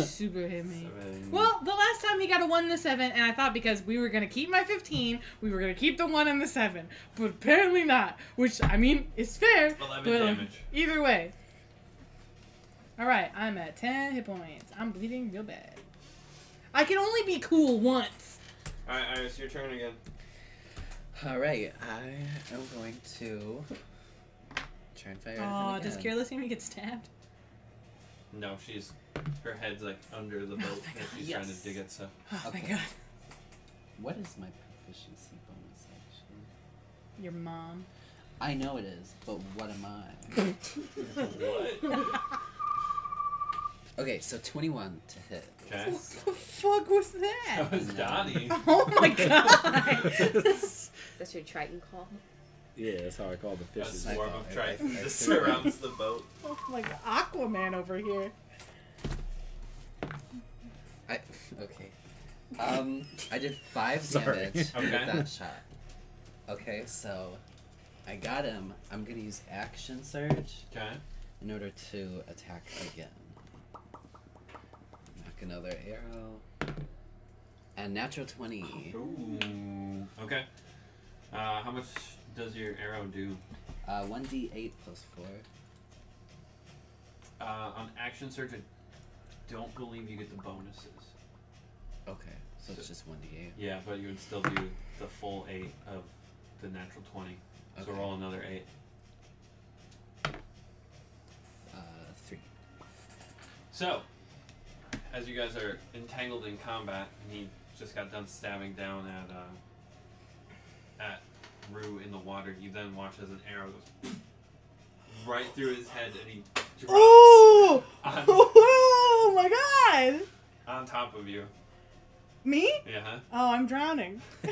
super hit me.
Seven.
Well, the last time he got a one and a seven, and I thought because we were gonna keep my fifteen, we were gonna keep the one and the seven, but apparently not. Which I mean is fair.
eleven
but, like,
damage.
Either way. All right, I'm at ten hit points. I'm bleeding real bad. I can only be cool once.
All right, Iris, your turn again.
All right, I am going to try and fire. at him
Oh,
again.
does careless even get stabbed?
No, she's her head's like under the boat
my
as
God,
she's trying
yes.
to dig at stuff.
Oh
Okay.
my god,
What is my proficiency bonus actually?
your mom.
I know it is, but what am I?
what?
okay, so 21 to hit.
Okay,
What the fuck was that?
that was Donnie.
Oh my god.
That's your Triton call.
Yeah, that's how I call the
A
fishes.
swarm
I
of
thought-
triton
I- I-
just surrounds the boat.
oh, like Aquaman over here.
I, okay. Um, I did five
Sorry.
damage with
Okay.
that shot. Okay, so I got him. I'm gonna use action surge
Okay,
in order to attack again. Knock another arrow. And natural 20.
Ooh. Okay. Uh, how much does your arrow do?
Uh, 1d8 plus 4.
Uh, on action surge, I don't believe you get the bonuses.
Okay, so it's just 1d8.
Yeah, but you would still do the full eight of the natural twenty. So
Okay.
roll another eight.
Uh, 3.
So, as you guys are entangled in combat, and he just got done stabbing down at uh, at Rue in the water, you then watch as an arrow goes right through his head, and he drops
Oh!
on,
oh my god!
on top of you.
Me?
Yeah. huh?
Oh, I'm drowning.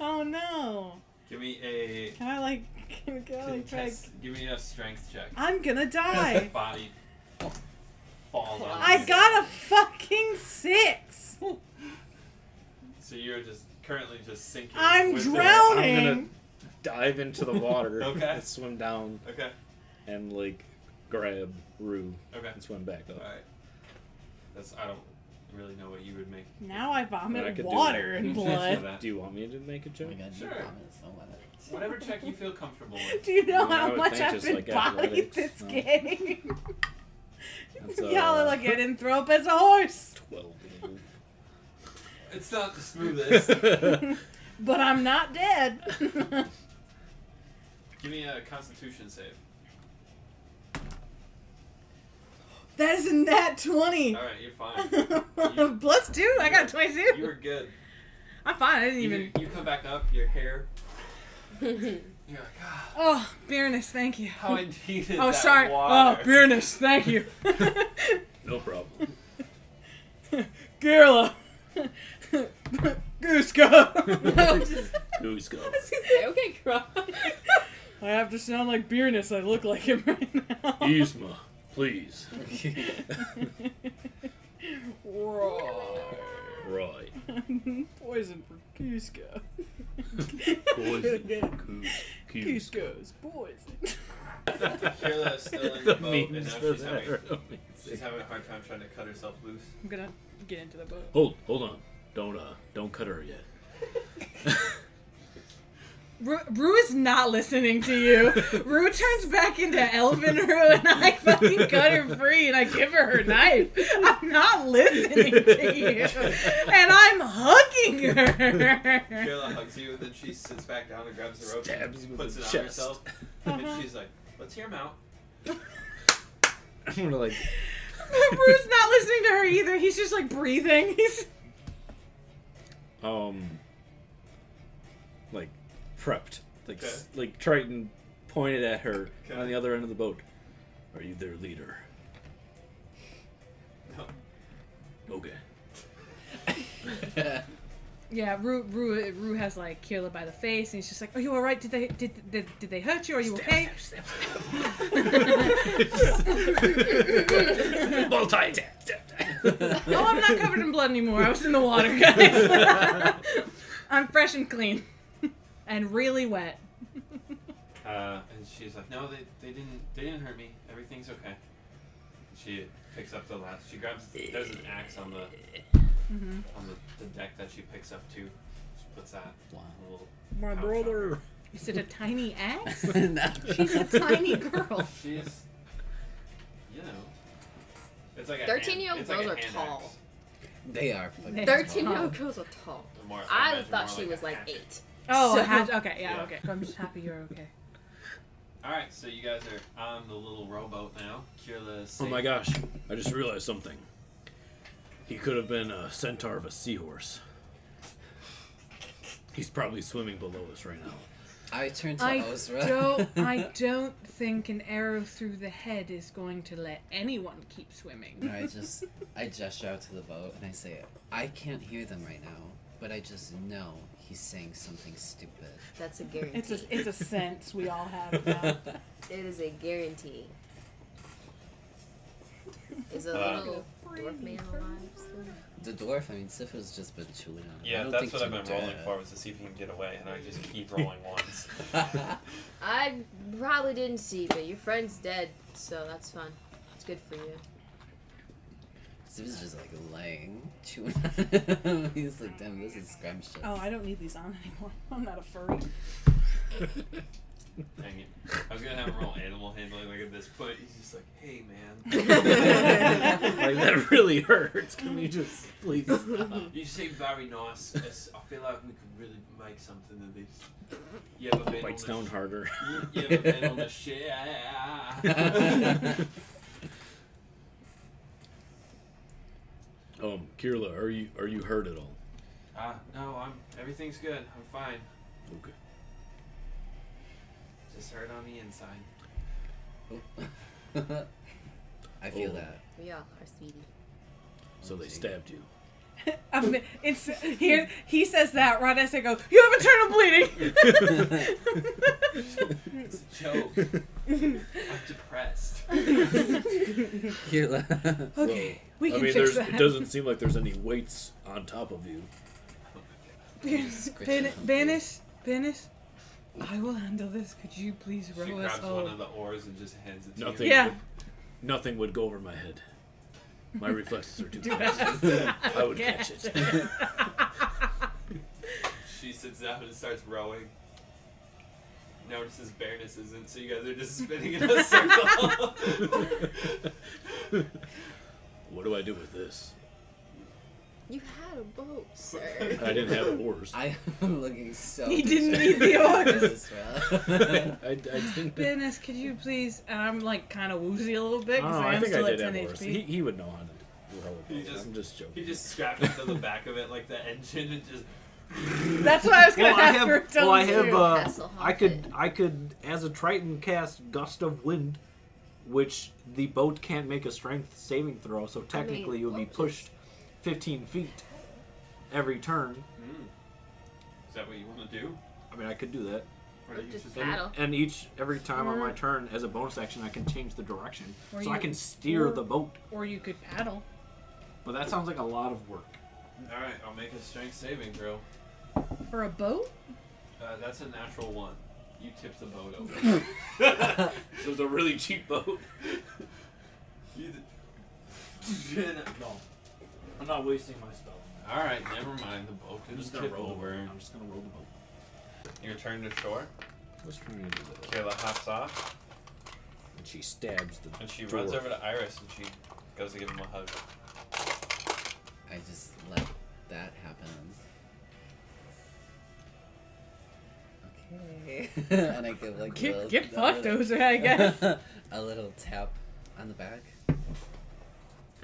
oh no.
Give me a
Can I like, can, can I like try?
contest- Give me a strength check.
I'm gonna
As his
die.
body falls on.
I
you.
got a fucking six.
So you're just currently just sinking.
I'm
with the-
drowning.
Dive into the water,
Okay.
and swim down,
Okay.
and like grab Rue
Okay.
and swim back
All
up.
right. That's I don't really know what you would make.
Now I
I
vomit
could do
water
that.
and
for
blood.
that.
Do you want me to make a
Oh
joke?
my god, you
Sure.
promise. I want it.
Whatever check you feel comfortable with.
Do you know
I
how
would
much
think
I've
just,
been
like,
bodied
athletics,
this
no.
game?
That's,
Y'all
uh,
are like I didn't throw up as a horse,
Twelve.
It's not the smoothest.
but I'm not dead.
Give me a Constitution save.
that is a nat twenty.
All right, you're fine. You-
Plus two, I got
You
twenty-two.
were good.
I'm fine. I didn't even.
You, you come back up. Your hair. You're like, ah,
Oh, Baroness, thank you.
how I needed
Oh,
that
sorry.
water.
Oh, Baroness, thank you.
no problem.
Girl. Gooska. No, just-
Who's go?
okay, cry.
I have to sound like Beerness. I look like him right now.
Yzma. please.
Right.
Right.
Poison for Cusco.
Poison for Cus-
Cusco's poison.
Kira's still in the,
the
boat, and
memes
now
for
she's
that
having,
are amazing.
she's having a hard time trying to cut herself loose.
I'm gonna get into the boat.
Hold, hold on. Don't, uh, don't cut her yet.
Ru, Ru is not listening to you. Ru turns back into Elvin Ru, and I fucking cut her free, and I give her her knife. I'm not listening to you, and I'm hugging her.
Kira hugs you, and then she sits back down and grabs the rope, and
Stabs you with
puts
the
it on
chest.
herself,
Uh-huh.
and she's like, "Let's hear him out."
I'm gonna like
But Ru's not listening to her either. He's just like breathing. He's
um like prepped like
Okay.
s- like triton pointed at her
Okay.
on the other end of the boat are you their leader
No.
okay
yeah. Ru Ru Ru has like Kirla by the face, and he's just like, "Are you all right? Did they did did, did they hurt you? Are you okay?"
Stab, stab. multi tap
Oh, I'm not covered in blood anymore. I was in the water, guys. I'm fresh and clean. And really wet.
Uh, and she's like, "No, they, they didn't they didn't hurt me. Everything's okay." And she picks up the last. She grabs. There's an axe on the
Mm-hmm.
on the, the deck that she picks up too. She puts that.
Wow.
on a little-
my brother
Is it a tiny axe?
No.
She's a tiny girl.
She's, you know, it's like a
13-year-old
hand- it's like
girls
a
are
hand
tall.
axe.
They are fucking.
Thirteen year
small.
old girls are tall.
They're more-
I
imagine
thought
more
she
a
was like
hatchet.
eight.
Oh,
So-
a hatch- okay, yeah,
Yeah.
okay. I'm just happy you're okay.
All right, so you guys are on the little rowboat now. Kirla. is
oh my
safe.
gosh i just realized something he could have been a centaur of a seahorse he's probably swimming below us right now
I turned to
I
Ozra.
don't, I don't think an arrow through the head is going to let anyone keep swimming.
And I just, I gesture out to the boat and I say, I can't hear them right now, but I just know he's saying something stupid.
That's a guarantee.
It's a, it's a sense we all have now.
It is a guarantee. Is a
Uh,
little dwarf man alive still?
The dwarf, I mean, Sifa's just been chewing on him. I
Yeah,
don't
that's
think
what I've been
he's
rolling
dead.
for was to see if you can get away, and I just keep rolling ones.
I probably didn't see, but your friend's dead, so that's fun. It's good for you.
Sifa's just like laying, chewing on him. He's like, damn, this is scrumptious.
Oh, I don't need these on anymore. I'm not a furry.
Dang it. I was gonna have him roll animal handling like at this point. He's just like, hey man.
like that really hurts can we just please
you seem very nice. It's- I feel like we could really make something of this. You ever been
bites
on
down harder
the, you ever been on the shit?
Um, Kirla, are you are you hurt at all?
uh, no, I'm everything's good. I'm fine.
Okay.
Just hurt on the inside.
I feel
Oh.
that.
We all are, sweetie.
So they
Okay.
stabbed you.
Um, it's here. He says that right as I go. You have internal bleeding.
It's a joke. I'm depressed.
Kirla.
okay, we
I
can
mean, there's,
fix that.
it doesn't seem like there's any weights on top of you.
Ban- banish, banish. I will handle this. Could you please
She
row us
grabs one of
home?
the oars and just hands it to
Nothing.
you.
Yeah.
Nothing would go over my head. My reflexes are too
Do
fast.
that.
I would catch it.
She sits down and starts rowing. Notices bareness isn't, so you guys are just spinning in a circle.
What do I do with this?
You had a boat, sir.
I didn't have a horse. I,
I am looking so.
He didn't need the oars.
Ozra.
I didn't.
Banish, could you please? And I'm like kind of woozy a little bit
Oh,
I, don't
because
know,
I
Oh, I
am
think I
still at
did
10
have a horse. He,
HP.
he would know how to. row a
He
boat.
just-
I'm just
he
joking.
just strapped it to the back of it like the engine and just.
That's what I was gonna
Well, I
ask
have.
for.
Well, I have.
too.
Uh,
Hasselhoff
I could.
it.
I could, as a Triton, cast Gust of Wind, which the boat can't make a Strength saving throw. So technically, you would be
what was-
pushed fifteen feet every turn.
Mm. Is that what you want to do?
I mean, I could do that.
Or
Right, you
just
just-
paddle.
And each every time on my turn, as a bonus action, I can change the direction,
Or
so I
you-
can steer
or-
the boat.
Or you could paddle.
But that sounds like a lot of work.
All right, I'll make a strength saving throw.
For a boat?
Uh, that's a natural one. You tipped the boat over. it was a really cheap boat. you d-
No. I'm not wasting my spell.
All right, never mind. The boat
I'm
didn't
just gonna
tip
roll the
over.
boat. I'm just gonna roll the boat.
Your turn to shore.
What's she gonna do though?
Kayla hops off
And she stabs the.
and she
dwarf.
runs over to Iris and she goes to give him a hug.
I just let that happen. Okay. and I give like a
Get,
little,
get
a
fucked,
little-
Ozer, I guess.
a little tap on the back.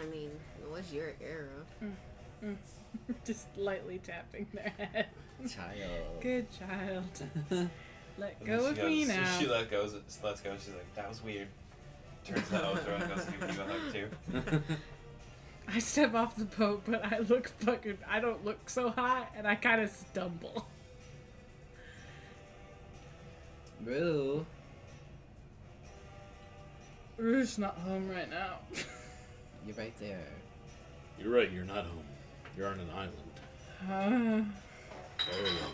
I mean, it was your arrow.
Just lightly tapping their head.
Child.
Good child. Let
And then
go
she
of
goes,
me now.
She let goes. Lets go. And she's like, "That was weird." Turns out Othra and goes to give you a hug too.
I step off the boat, but I look fucking. I don't look so hot, and I kind of stumble.
Rue.
Rue's not home right now.
You're right there.
You're right, you're not home. You're on an island.
Uh,
Very long.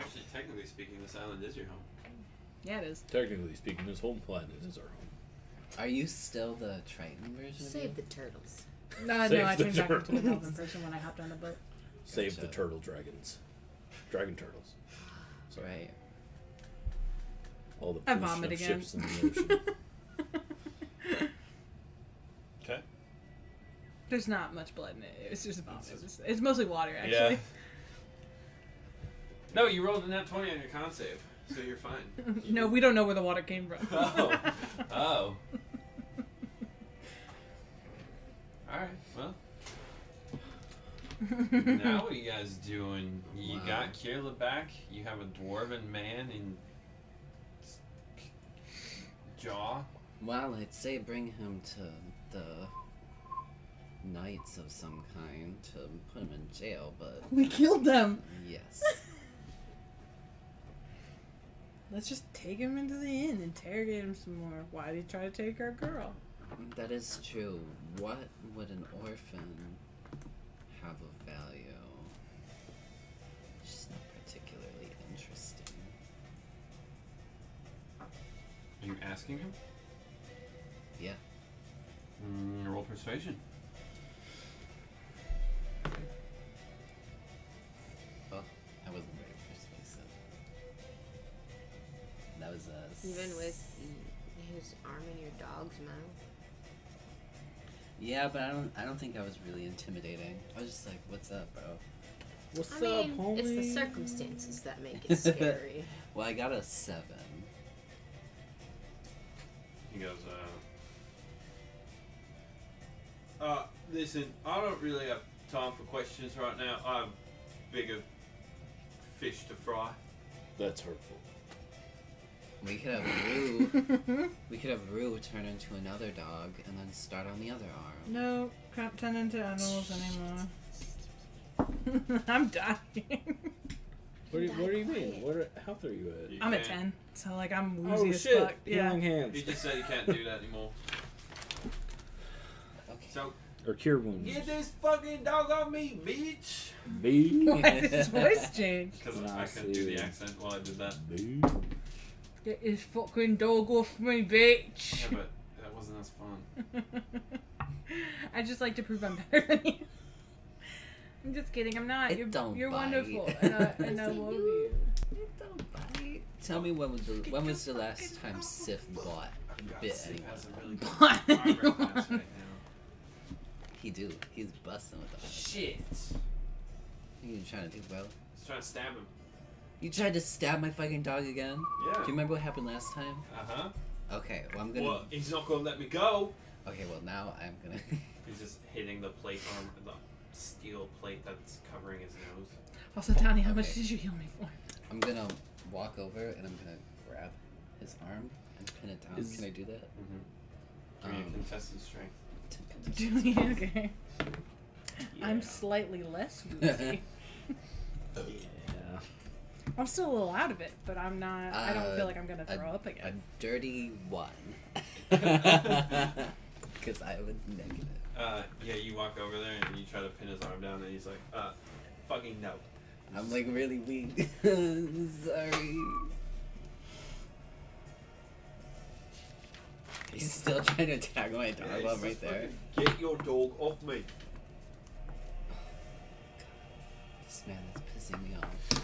Actually, technically speaking, this island is your home.
yeah, it is.
Technically speaking, this whole planet is our home.
Are you still the Triton version? of you?
Save the turtles.
No, no,
Save
I
the
turned back into a
turtles.
dolphin person when I hopped on the boat.
Save the
Gotcha.
turtle dragons. Dragon turtles.
Right.
All the
I
pollution
vomit
of
again.
ships in the ocean.
Okay.
There's not much blood in it. It's just vomit. It's, it's mostly water, actually.
Yeah. No, you rolled a nat twenty on your con save, so you're fine.
No, we don't know where the water came from.
Oh. Oh. All right. Well. now what are you guys doing? You
Wow.
got Kirla back. You have a dwarven man in s- jaw.
Well, I'd say bring him to the knights of some kind to put him in jail, but
we killed them.
yes.
Let's just take him into the inn, interrogate him some more. Why did he try to take our girl?
that is true. What would an orphan have of value? She's not particularly interesting.
Are you asking him?
Yeah.
Mm, roll persuasion.
I wasn't very persuasive. That was a.
Even with E.
s-
his arm in your dog's mouth.
Yeah, but I don't. I don't think I was really intimidating. I was just like, "What's up, bro?"
What's
I
up,
mean,
homie?
it's the circumstances that make it scary.
Well, I got a seven.
He goes, uh, uh, listen, I don't really have time for questions right now. I have bigger fish to fry.
That's hurtful.
We could have Rue. we could have Rue turn into another dog and then start on the other arm.
no, can't turn into animals anymore. I'm dying.
What do you, what do you mean? What are, health are you at?
You
I'm at
can't-
ten, so like I'm woozy
Oh
as
shit!
fuck. Yeah.
Healing hands
He just said he can't do that anymore.
Okay.
So,
or cure wounds.
get this fucking dog off me, bitch!
B.
Why did his voice change?
Because
Nah,
I couldn't do
see.
the accent while I did that.
B.
Get his fucking dog off me, bitch.
Yeah, but that wasn't as fun.
I just like to prove I'm better than you. I'm just kidding. I'm not.
It
you're
don't
you're
bite.
wonderful, and I, and I
See
love you.
you.
Don't bite. Tell me when was the when was the last time Sif bought?
I've got
Bit
sleep
anyone.
has a really good
Bite
armor
anyone.
class right now.
He do. He's busting with us.
Shit!
What are you trying to do, bro?
He's trying to stab him.
You tried to stab my fucking dog again. Do
Yeah.
you remember what happened last time?
Uh huh.
Okay. Well, I'm gonna.
Well, he's not gonna let me go.
Okay. Well, now I'm gonna.
He's just hitting the plate armor, the steel plate that's covering his nose.
Also, Tony, how much
Okay.
did you heal me for?
I'm gonna walk over and I'm gonna grab his arm and pin it down.
Is-
Can I do that?
Give me a
Um,
contested strength.
Do we? Okay. I'm slightly less woozy.
Yeah.
I'm still a little out of it, but I'm not. I don't
Uh,
feel like I'm gonna
a-
throw up
A
again.
dirty one. Because I would negative.
Uh, yeah, you walk over there and you try to pin his arm down, and he's like, uh, fucking no.
I'm like really weak. Sorry. He's still trying to attack my dog
Yeah,
while I'm
he's
right
just
there.
fucking, Get your dog off me.
This man is pissing me off.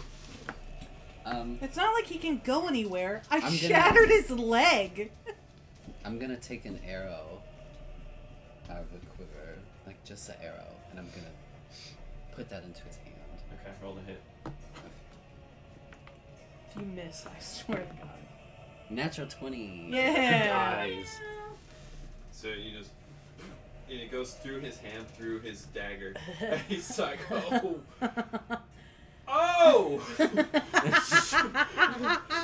Um,
It's not like he can go anywhere. I
gonna-
shattered his leg.
I'm gonna take an arrow out of a quiver, like just an arrow, and I'm gonna put that into his hand.
Okay, roll a hit.
If you miss, I swear to God.
Natural twenty.
Yeah.
Nice.
So you just. And it goes through his hand, through his dagger. And he's like, oh, oh!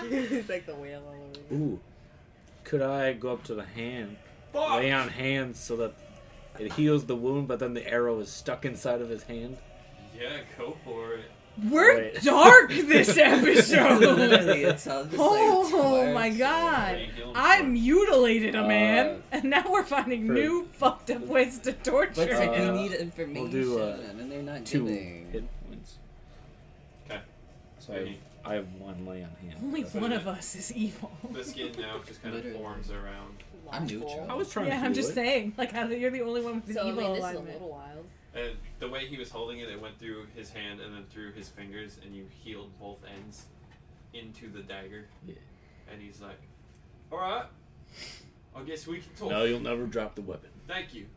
it's like the whale all over. again.
Ooh. Could I go up to the hand,
Fuck!
lay on hands so that it heals the wound, but then the arrow is stuck inside of his hand?
Yeah, go for it.
We're
Wait.
dark this episode.
Literally, it's all just like
oh my
twerks.
What are
god.
you healing
I
for?
mutilated a man,
Uh,
and now we're finding
for-
new fucked up ways to
But it's
torture.
like we
Uh,
need information,
do, uh,
and they're not
Two
giving.
hit points.
'Kay.
So I have, I have one lay on hand.
Only
That's what
one
I
of us is evil.
The skin now just kind of
Literally.
forms around.
I'm neutral.
I was trying
Yeah,
to
I'm
heal
just
it.
saying. Like, how you're the only one with an
So I
evil
mean, this is a
alignment.
little wild.
And the way he was holding it, it went through his hand and then through his fingers, and you healed both ends into the dagger.
Yeah.
And he's like, "All right, I guess we can talk."
Now you'll never drop the weapon.
Thank you.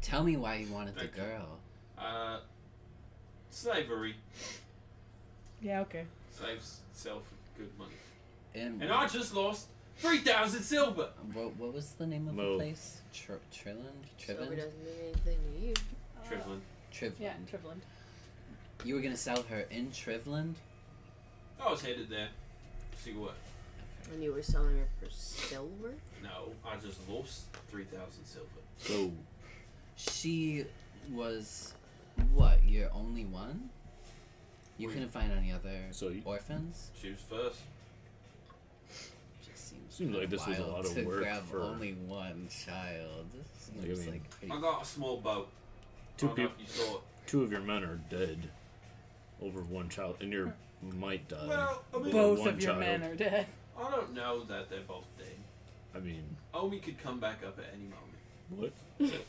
Tell me why you wanted the
Thank you.
girl.
Uh, slavery,
Yeah, okay.
slaves sell for good money,
And,
and I just lost three thousand silver.
what, what was the name of the
Mo.
place? Tr- Trilland?
Silver
Trivand?
doesn't mean anything to you.
Trivlin.
Trivland.
Yeah, Trivland.
you were gonna sell her in Trivland?
I was headed there. See what?
And you were selling her for silver?
No, I just lost three thousand silver.
So
She was, what, your only one? You couldn't find any other
So you-
orphans?
She was first.
Just
Seems
kinda
like this was a
wild
lot of
to
work
grab
for-
only one child. This
Like, I
seems
mean-
like pretty-
I got a small boat.
Two
I don't know if
peop-
You saw it.
two of your men are dead over one child, and your might die.
Well, I mean-
over
Both
one
of your
child.
men are dead.
I don't know that they're both dead.
I mean,
Omi could come back up at any moment.
what?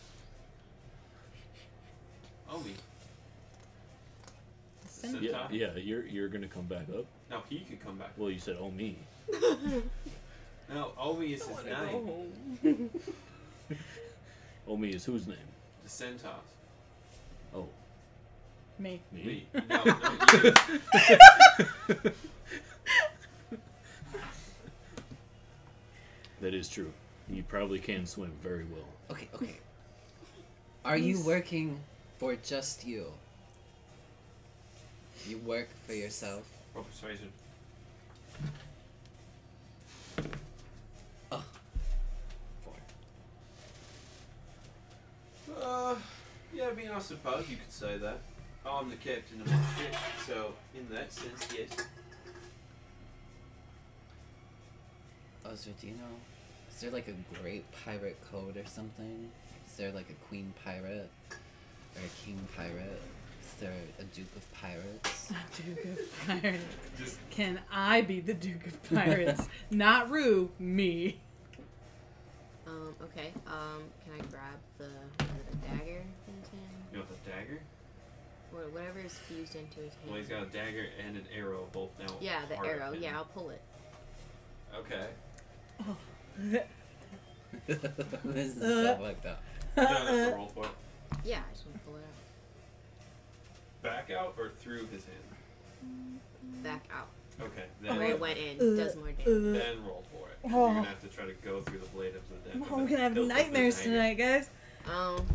Omi. The
Centaur.
Yeah,
centaur?
yeah, you're you're gonna come back up.
No, he could come back.
Well, you said oh me.
No, Omi is his name.
Oh me is whose name?
The centaurs.
Oh
Me.
me.
Me. No, no, you.
That is true. You probably can swim very well.
Okay, okay. Are you working for just you? You work for yourself?
Roll persuasion.
For.
Uh, yeah, I mean, I suppose you could say that. I'm the captain of my ship, so in that sense, yes.
Oh, so do you know? Is there like a great pirate code or something? Is there like a queen pirate? Or a king pirate? Is there a duke of pirates?
Duke of Pirates.
Just-
Can I be the Duke of Pirates? Not Rue, me.
Um, okay. Um, can I grab the, the dagger thing's hand?
You want the dagger?
Or whatever is fused into his hand.
Well, he's got a dagger and an arrow both now.
yeah, the
part of
arrow.
him.
Yeah, I'll pull it.
Okay.
this is
Uh.
so fucked up.
You don't have to roll for it.
Yeah, I just want to pull it out.
Back out or through his hand?
Back out.
Okay.
Where
Then,
it went in does more damage.
then roll for it. You're
Oh.
gonna have to try to go through the blade of the dagger.
I'm gonna have nightmares tonight, guys.
Um,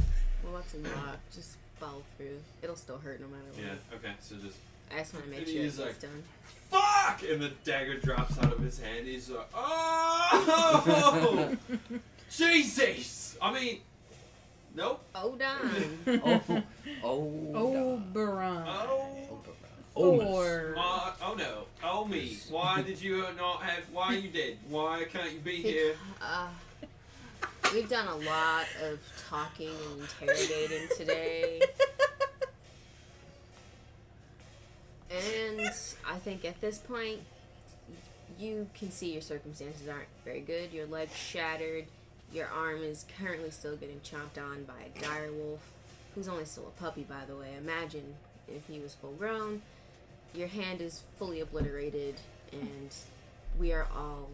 well, that's a lot. Just follow through. It'll still hurt no matter what.
Yeah, okay, so just
I just want to make
And
sure
he's
it's
like-
done.
fuck, and the dagger drops out of his hand. He's like, oh, Jesus! I mean, nope.
Oh, darn.
Oh, oh,
Oh,
nah.
Baron.
Oh,
Oh,
uh, me. Why did you not have? Why are you dead? Why can't you be here?
Uh, we've done a lot of talking and interrogating today. And I think at this point, you can see your circumstances aren't very good. Your leg's shattered. Your arm is currently still getting chomped on by a dire wolf, who's only still a puppy, by the way. Imagine if he was full grown. Your hand is fully obliterated, and we are all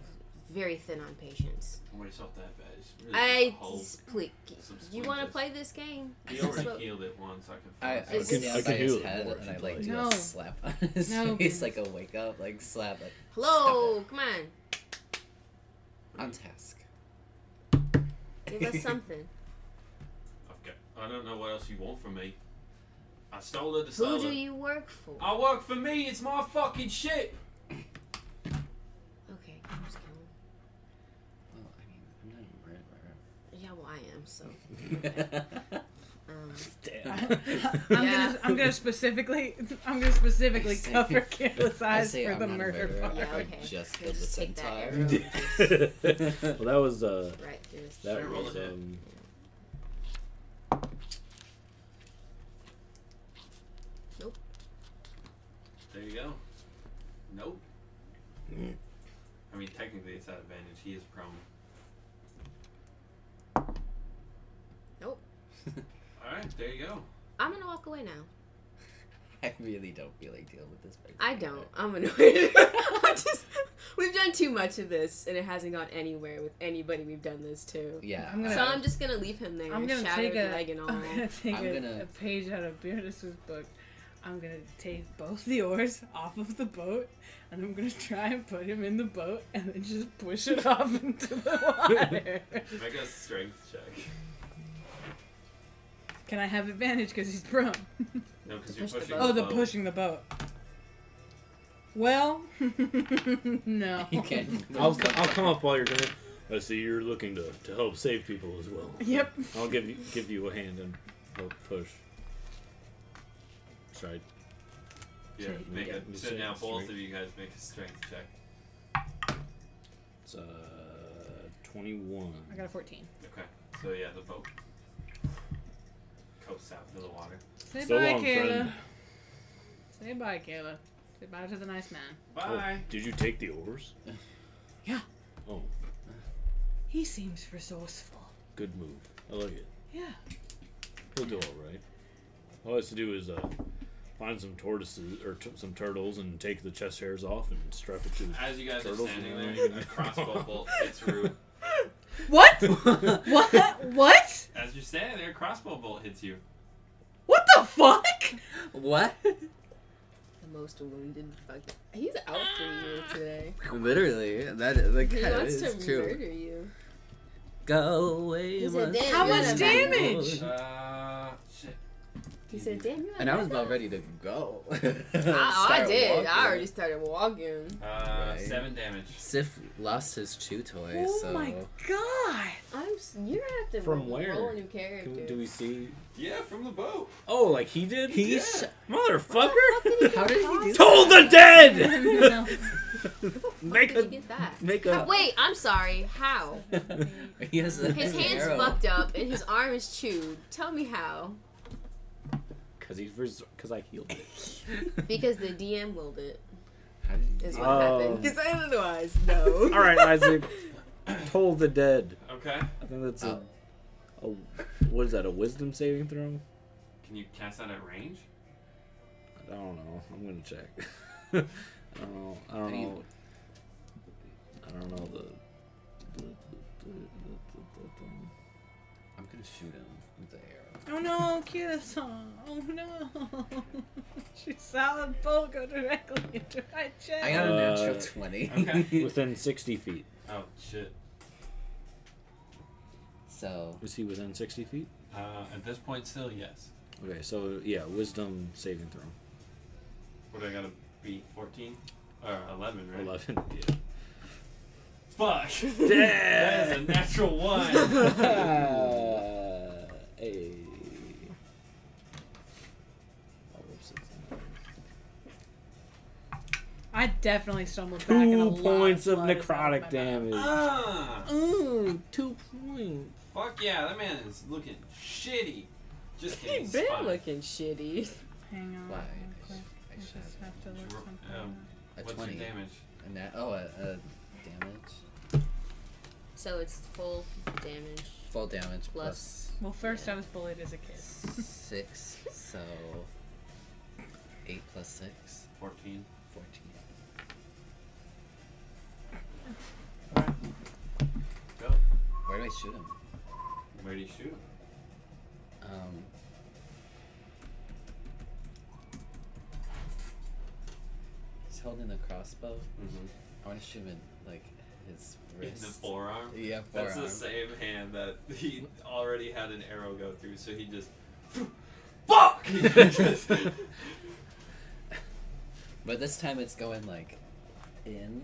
very thin on patience.
I'm already solved that bad. It's really
I
just a hole.
please,
Some
you want to
splinters.
play this game?
He
That's
already
what-
healed it once. I
I,
can.
I
It's
stand
just-
by
I could
his
do it
head
more if
and I
you'd
like
like.
do
No.
a slap on his
No,
face,
please.
like a wake up, like slap, like
Hello, come on,
on task.
give us something.
Okay. I don't know what else you want from me. I stole her to
Who
sell
do
her.
you work for?
I work for me. It's my fucking ship.
Okay, I'm just kidding.
Well, I mean,
Yeah, well, I am. So,
I'm not even murderer.
um,
I'm
Yeah.
gonna I'm gonna specifically I'm gonna specifically
I see.
cover Careless
I
Eyes
say
for
I'm
the
not a
murder
murderer.
part.
Yeah,
I
okay.
just
We'll
killed the
just take that
centaur.
arrow.
well, that was uh,
right through. his-
that
Sure, roll
was
it in.
um,
There you go. Nope. I mean, technically, it's at advantage. He is prone.
Nope.
All right. There you go.
I'm gonna walk away now.
I really don't feel like dealing with this. person.
I don't. I'm annoyed. I'm just. We've done too much of this, and it hasn't gone anywhere with anybody we've done this to.
Yeah.
I'm gonna-
So I'm just gonna leave him there.
I'm gonna
shattered
take a
leg and all.
I'm gonna take
I'm
a,
gonna-
a page out of Beardus's book. I'm gonna take both the oars off of the boat, and I'm gonna try and put him in the boat, and then just push it off into the water.
Make a strength check.
Can I have advantage because he's prone?
No, because you're
Push the
pushing.
boat.
Oh, the
boat.
pushing the boat. Well, no.
You can.
I'll co- I'll come up while you're doing it.
um, I see you're looking to, to help save people as well.
Yep.
I'll give you give you a hand and help push. Sorry.
Yeah. Make
Yeah,
a.
you
So
said
now both
strength.
of you guys make a strength check.
It's uh, 21.
I got a 14.
Okay. So yeah, the boat coasts out into the water.
Say
So
bye,
long,
Kayla.
friend.
Say bye, Kayla. Say bye to the nice man.
Oh,
Bye.
did you take the oars?
Yeah.
Oh,
He seems resourceful.
good move. I like it.
Yeah.
He'll do all right. All he has to do is uh, find some tortoises or t- some turtles and take the chest hairs off and strap it to. his-
As you guys
Turtles
are standing
and
there,
everything.
a crossbow bolt hits through.
What? what? What?
As you're standing there, a crossbow bolt hits you.
What the fuck?
What?
The most wounded fucking. He's out for you today.
Literally, that that
He
kind of
wants to
is true.
murder you.
Go away.
He
my
said, "Damn,
How
you're
much
not
damage?"
bad."
Uh, shit.
He said, "Damn, you."
And I was about ready to go.
I, I
Start
did.
walking.
I already started walking.
Uh,
Right.
seven damage.
Sif lost his chew toy,
Oh
so
my god.
I'm. s- You're gonna have to
From
roll,
where?
roll a new
Can we-
character.
do we see?
Yeah, from the boat.
Oh, like he did?
he.
Yeah.
Sh-
Motherfucker!
how did he do?
Told the
No.
dead!
Where
make
did
a.
you get that?
Make a.
Wait, I'm sorry. How?
that? he has a
His hand's
arrow.
fucked up and his arm is chewed. Tell me how.
Because he's because I healed it.
Because the DM willed it,
How did he do
is
that?
what
Oh.
happened. Because otherwise, no.
All right, Isaac. Told the dead.
Okay.
I think that's a, a.
Oh.
What is that? A wisdom saving throw?
Can you cast that at range?
I don't know. I'm gonna check. I don't know. I
How
don't
do you-
know. I don't know the. the, the, the, the, the thing.
I'm gonna shoot him with the arrow.
Oh no, Kira's Oh no. she saw the boat go directly into my chest.
I got a natural
Uh,
twenty.
okay.
Within 60 feet.
Oh shit.
so
Was he within 60 feet?
Uh, at this point, still yes.
Okay, so yeah, wisdom saving throw.
What do I gotta beat? Fourteen or eleven? Right.
11. Yeah.
Fuck. that is a natural one.
Uh, hey. Oh, whoops, it's not-
I definitely stumbled back. and a
Two
lot
points of
blood is out my
necrotic
mouth.
damage.
Ah!
Mm, two points.
Fuck yeah, that man is looking shitty. Just kidding.
He's
he's
been
fine.
looking shitty.
Hang on.
Why?
real
I sh- I
quick. I
should
just have to look
Dro-
something.
um,
A
What's
twenty.
your damage?
A nat- oh, a, a damage.
So it's full damage
Full damage plus
plus.
Well, first
yeah.
I was bullied as a kid.
six, so eight plus six,
14.
fourteen.
Go.
Where do I shoot him?
Where do you shoot?
Um, he's holding the crossbow.
Mm-hmm.
I want to shoot him in like his
In the
wrist.
forearm?
Yeah,
That's
forearm.
the same hand that he already had an arrow go through, so he just. Fuck! He just-
But this time it's going like in.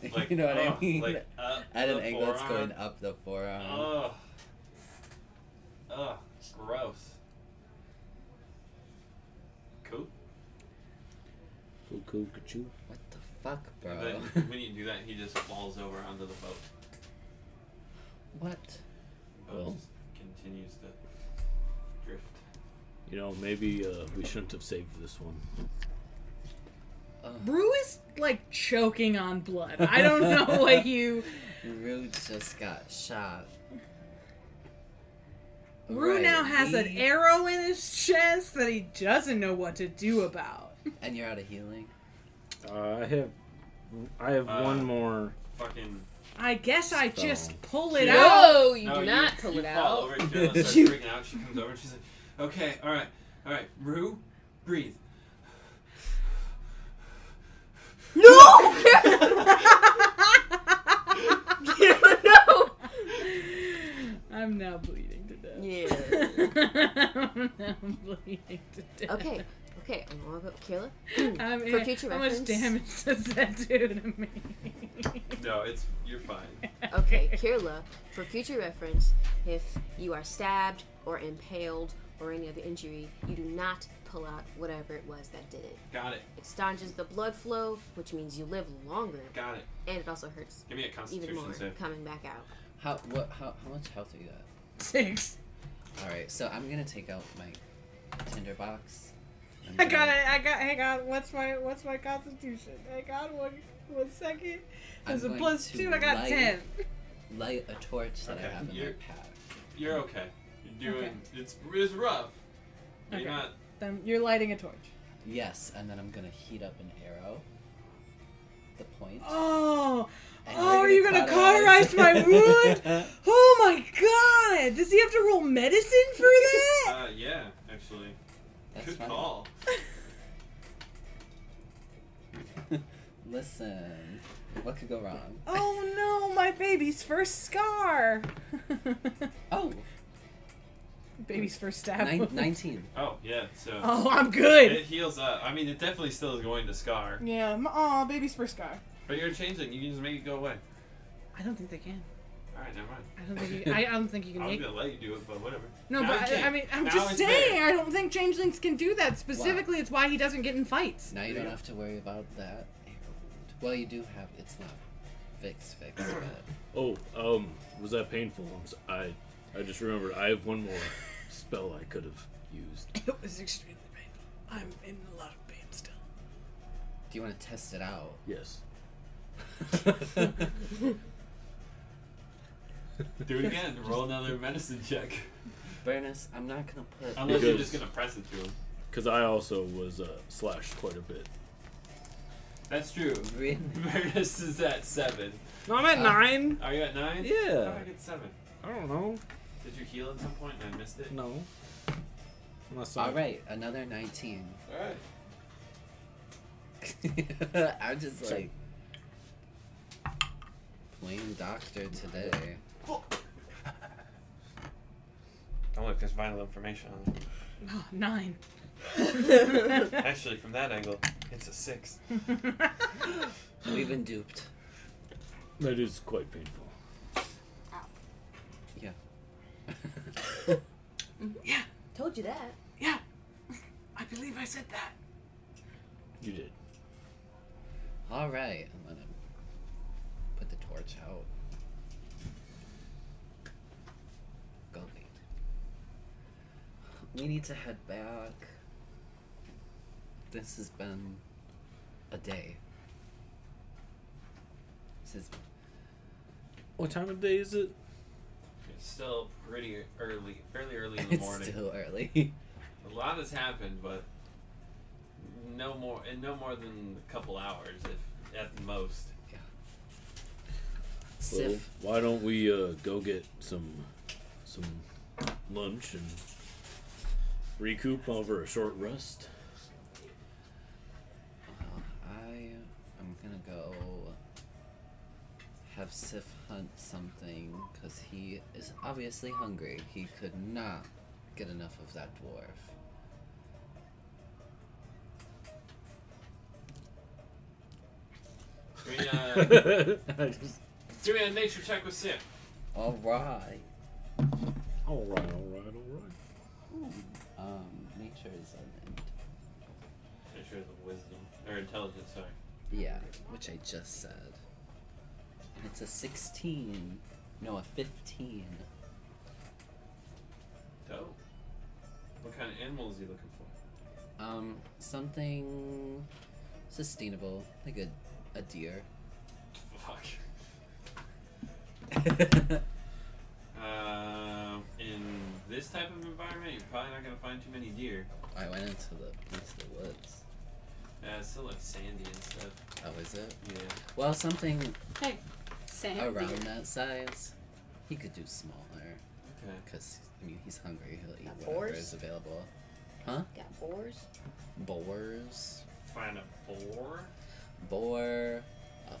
like,
you know what
uh,
I mean?
Like, up
At an
the
angle, it's
forearm.
going up the forearm.
Ugh. Ugh. Gross. Cool.
Cuckoo, cuckoo.
What the fuck,
And
bro?
then when you do that, he just falls over onto the boat.
what?
The boat
Well.
just continues to drift.
You know, maybe uh, we shouldn't have saved this one.
Brew is like choking on blood. I don't know what you.
Rue just got shot.
Rue now
Right,
has an
we-
arrow in his chest that he doesn't know what to do about.
And you're out of healing.
Uh, I have, I have
Uh,
one more.
Fucking.
I guess I
Spell.
just pull it out.
No, you
no,
do
you,
not pull
you
it
fall
out.
Over, and Carolyn starts freaking out. She comes over and she's like, okay, alright, alright, Rue, breathe.
No! no!
I'm now bleeding to death.
Yeah.
I'm now bleeding to death.
Okay, okay, I'm all about Kayla.
Um, I'm
For future
how
reference.
much damage does that do to me?
No, it's. You're fine.
Okay, Kirla, for future reference, if you are stabbed or impaled or any other injury, you do not pull out whatever it was that did it.
Got it,
It staunches the blood flow, which means you live longer,
got it.
and it also hurts
Give me a
even more
constitution save.
coming back out.
How what? How, how much health are you at?
Six.
All right, so I'm gonna take out my tinderbox. I'm
I got
gonna-
it. I got. Hang on. What's my What's my constitution? I got one. One second. There's
I'm
a
going
plus
to
two. I got
light-
ten.
Light a torch that I
Okay,
have in my
you're-
pack.
You're okay. You're doing. It's, it's rough. You're
Okay.
not.
Then you're lighting a torch.
Yes, and then I'm gonna heat up an arrow. The point.
Oh.
and
oh,
we're
are you gonna cauterize my wound? Oh my god! Does he have to roll medicine for that?
Uh, yeah, actually.
That's
Good
fine.
call.
Listen, what could go wrong?
Oh no, my baby's first scar.
Oh,
baby's first stab.
nine,
wound.
19.
Oh, yeah, so.
Oh, I'm good.
It heals up. I mean, it definitely still is going to scar.
Yeah. m- Aw, baby's first scar.
But you're changing. You can just make it go away.
I don't think they can.
Alright, never mind.
I don't think. You, I, I don't think you can
I was
make
going to let you do it, but whatever.
No,
Now
but
you
I, I
can't.
mean, I'm
Now
just
it's
saying,
there.
I don't think changelings can do that. Specifically, it's why he doesn't get in fights.
Now you don't have to worry about that arrow wound. Well, you do have. It's not fixed, fixed, but
Oh, um, was that painful? I'm s- i I, just remembered I have one more spell I could have used.
It was extremely painful. I'm in a lot of pain still.
do you want to test it out?
Yes.
Do it again. Roll another medicine check.
Burnus, I'm not gonna put.
Unless you're
Because-
just going to press it to him.
Because I also was uh, slashed quite a bit.
That's true.
Really?
Meredith is at seven.
No, I'm at
Uh,
nine.
Are you at nine? How
Yeah.
did I get seven?
I don't know.
Did you heal at some point and I missed it?
No. Unless I.
All right, another 19.
Alright.
I'm just like playing doctor today.
Don't Oh, look, there's vital information on it.
Oh, nine.
Actually, from that angle, it's a six.
We've been duped.
That is quite painful.
Told you that.
yeah, I believe I said that.
You did.
All right, I'm gonna put the torch out. Go lead. We need to head back. This has been a day. Since
What time of day is it?
It's still pretty early, fairly early in the
it's
morning.
still early.
A lot has happened, but no more, and no more than a couple hours, if at the most.
So
Sif,
why don't we uh, go get some some lunch and recoup over a short rest?
uh, I am gonna go have Sif hunt something because he is obviously hungry. He could not get enough of that dwarf.
Give me a,
I just-
give me a nature check with Sim.
All right.
all right, all right, all right.
Um, nature is an int.
Nature is a wisdom or intelligence. Sorry.
Yeah, which I just said. And it's a 16. No, a 15.
Dope. What kind of animal is he looking for?
Um, something sustainable, like a, a deer.
Fuck. Um, in this type of environment, you're probably not gonna find too many deer.
I went into the into the woods.
Uh, it's still like sandy and stuff.
Oh, is it?
Yeah.
Well, something
Hey, Sam.
around that size. He could do smaller,
Okay.
cause I mean he's hungry. He'll eat
Got
whatever
boars?
is available.
Got boars?
Boars,
Find a boar.
boar, a f-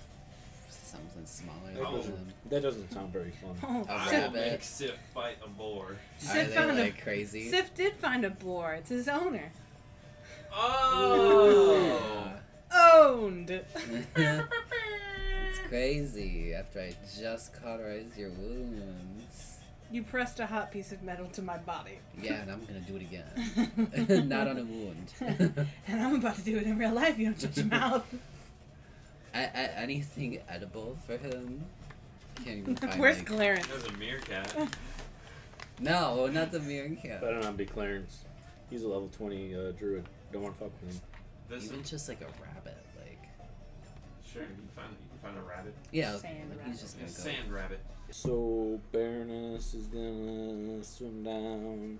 something smaller
That
than
doesn't-
him.
That doesn't sound very fun.
A
Oh,
I will
Sif,
rabbit.
make Sif fight a boar.
Are
Sif
they
found
like
a,
crazy?
Sif did find a boar. It's his owner.
Oh.
Owned.
it's crazy. After I just cauterized your wounds.
you pressed a hot piece of metal to my body.
Yeah, and I'm gonna do it again. Not on a wound.
And I'm about to do it in real life. You don't shut your mouth.
I, I, anything edible for him? Can't even find
Where's
like-
Clarence?
There's a meerkat.
No, not the meerkat.
Better not be Clarence. He's a level twenty uh, druid. Don't want to fuck with him.
This
Even just like a rabbit, like
sure. You can find you can find a rabbit.
yeah,
Sand
like,
rabbit.
he's just
A
gonna go.
sand rabbit.
So Baroness is gonna swim down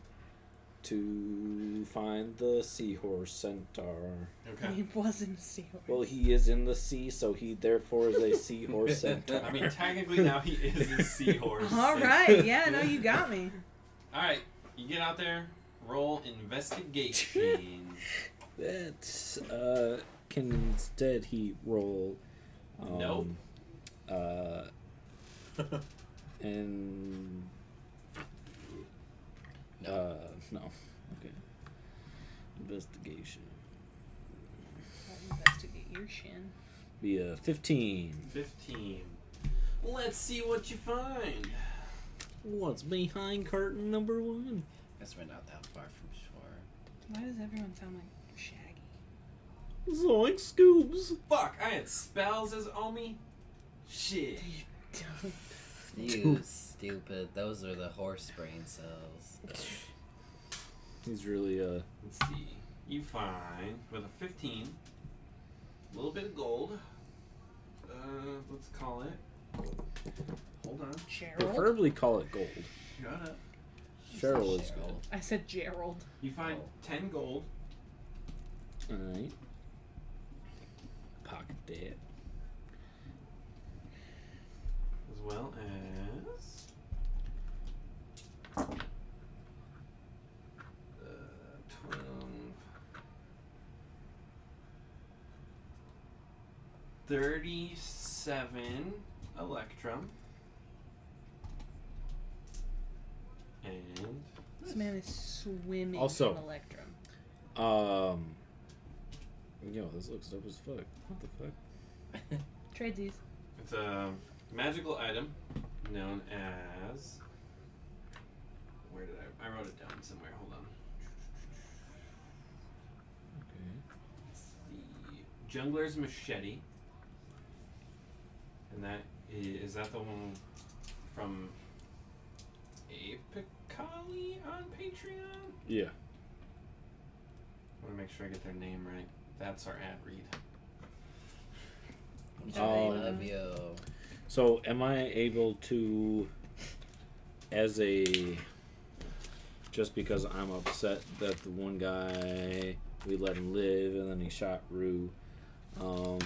to find the seahorse centaur.
Okay.
He wasn't a seahorse.
Well, he is in the sea, so he therefore is a seahorse centaur.
I mean, technically now he is a seahorse.
All right. Yeah. No, you got me.
All right. You get out there. Roll investigation.
That uh, can instead he roll. Um,
Nope.
Uh, and
No.
uh, no. Okay. Investigation.
I'll investigate your shin.
Be a fifteen.
Fifteen. Let's see what you find.
What's behind curtain number one?
Guess we're not that far from shore.
Why does everyone sound like Shaggy?
Zoink Scoobs.
Fuck! I had spells as Omi. Shit.
You stupid. Those are the horse brain cells.
He's really uh.
Let's see. You find with a 15, a little bit of gold. Uh, let's call it. Hold on.
Gerald.
Preferably call it gold.
Shut up.
Cheryl is
Cheryl.
I said Gerald.
You find
Oh.
10 gold.
good. All right. Pocket that.
As well as. uh, 12. Thirty-seven electrum and
This man is swimming
Also-
in electrum.
Um. Yo, this looks dope as fuck. What the fuck?
Trade these.
It's a magical item known as. Where did I? I wrote it down somewhere. Hold on.
Okay.
It's the jungler's machete. and that i- is that the one from Apicali on Patreon.
Yeah.
I want to make sure I get their name right. That's our ad read.
I
Oh.
love you.
So, am I able to, as a, just because I'm upset that the one guy we let him live and then he shot Rue, um,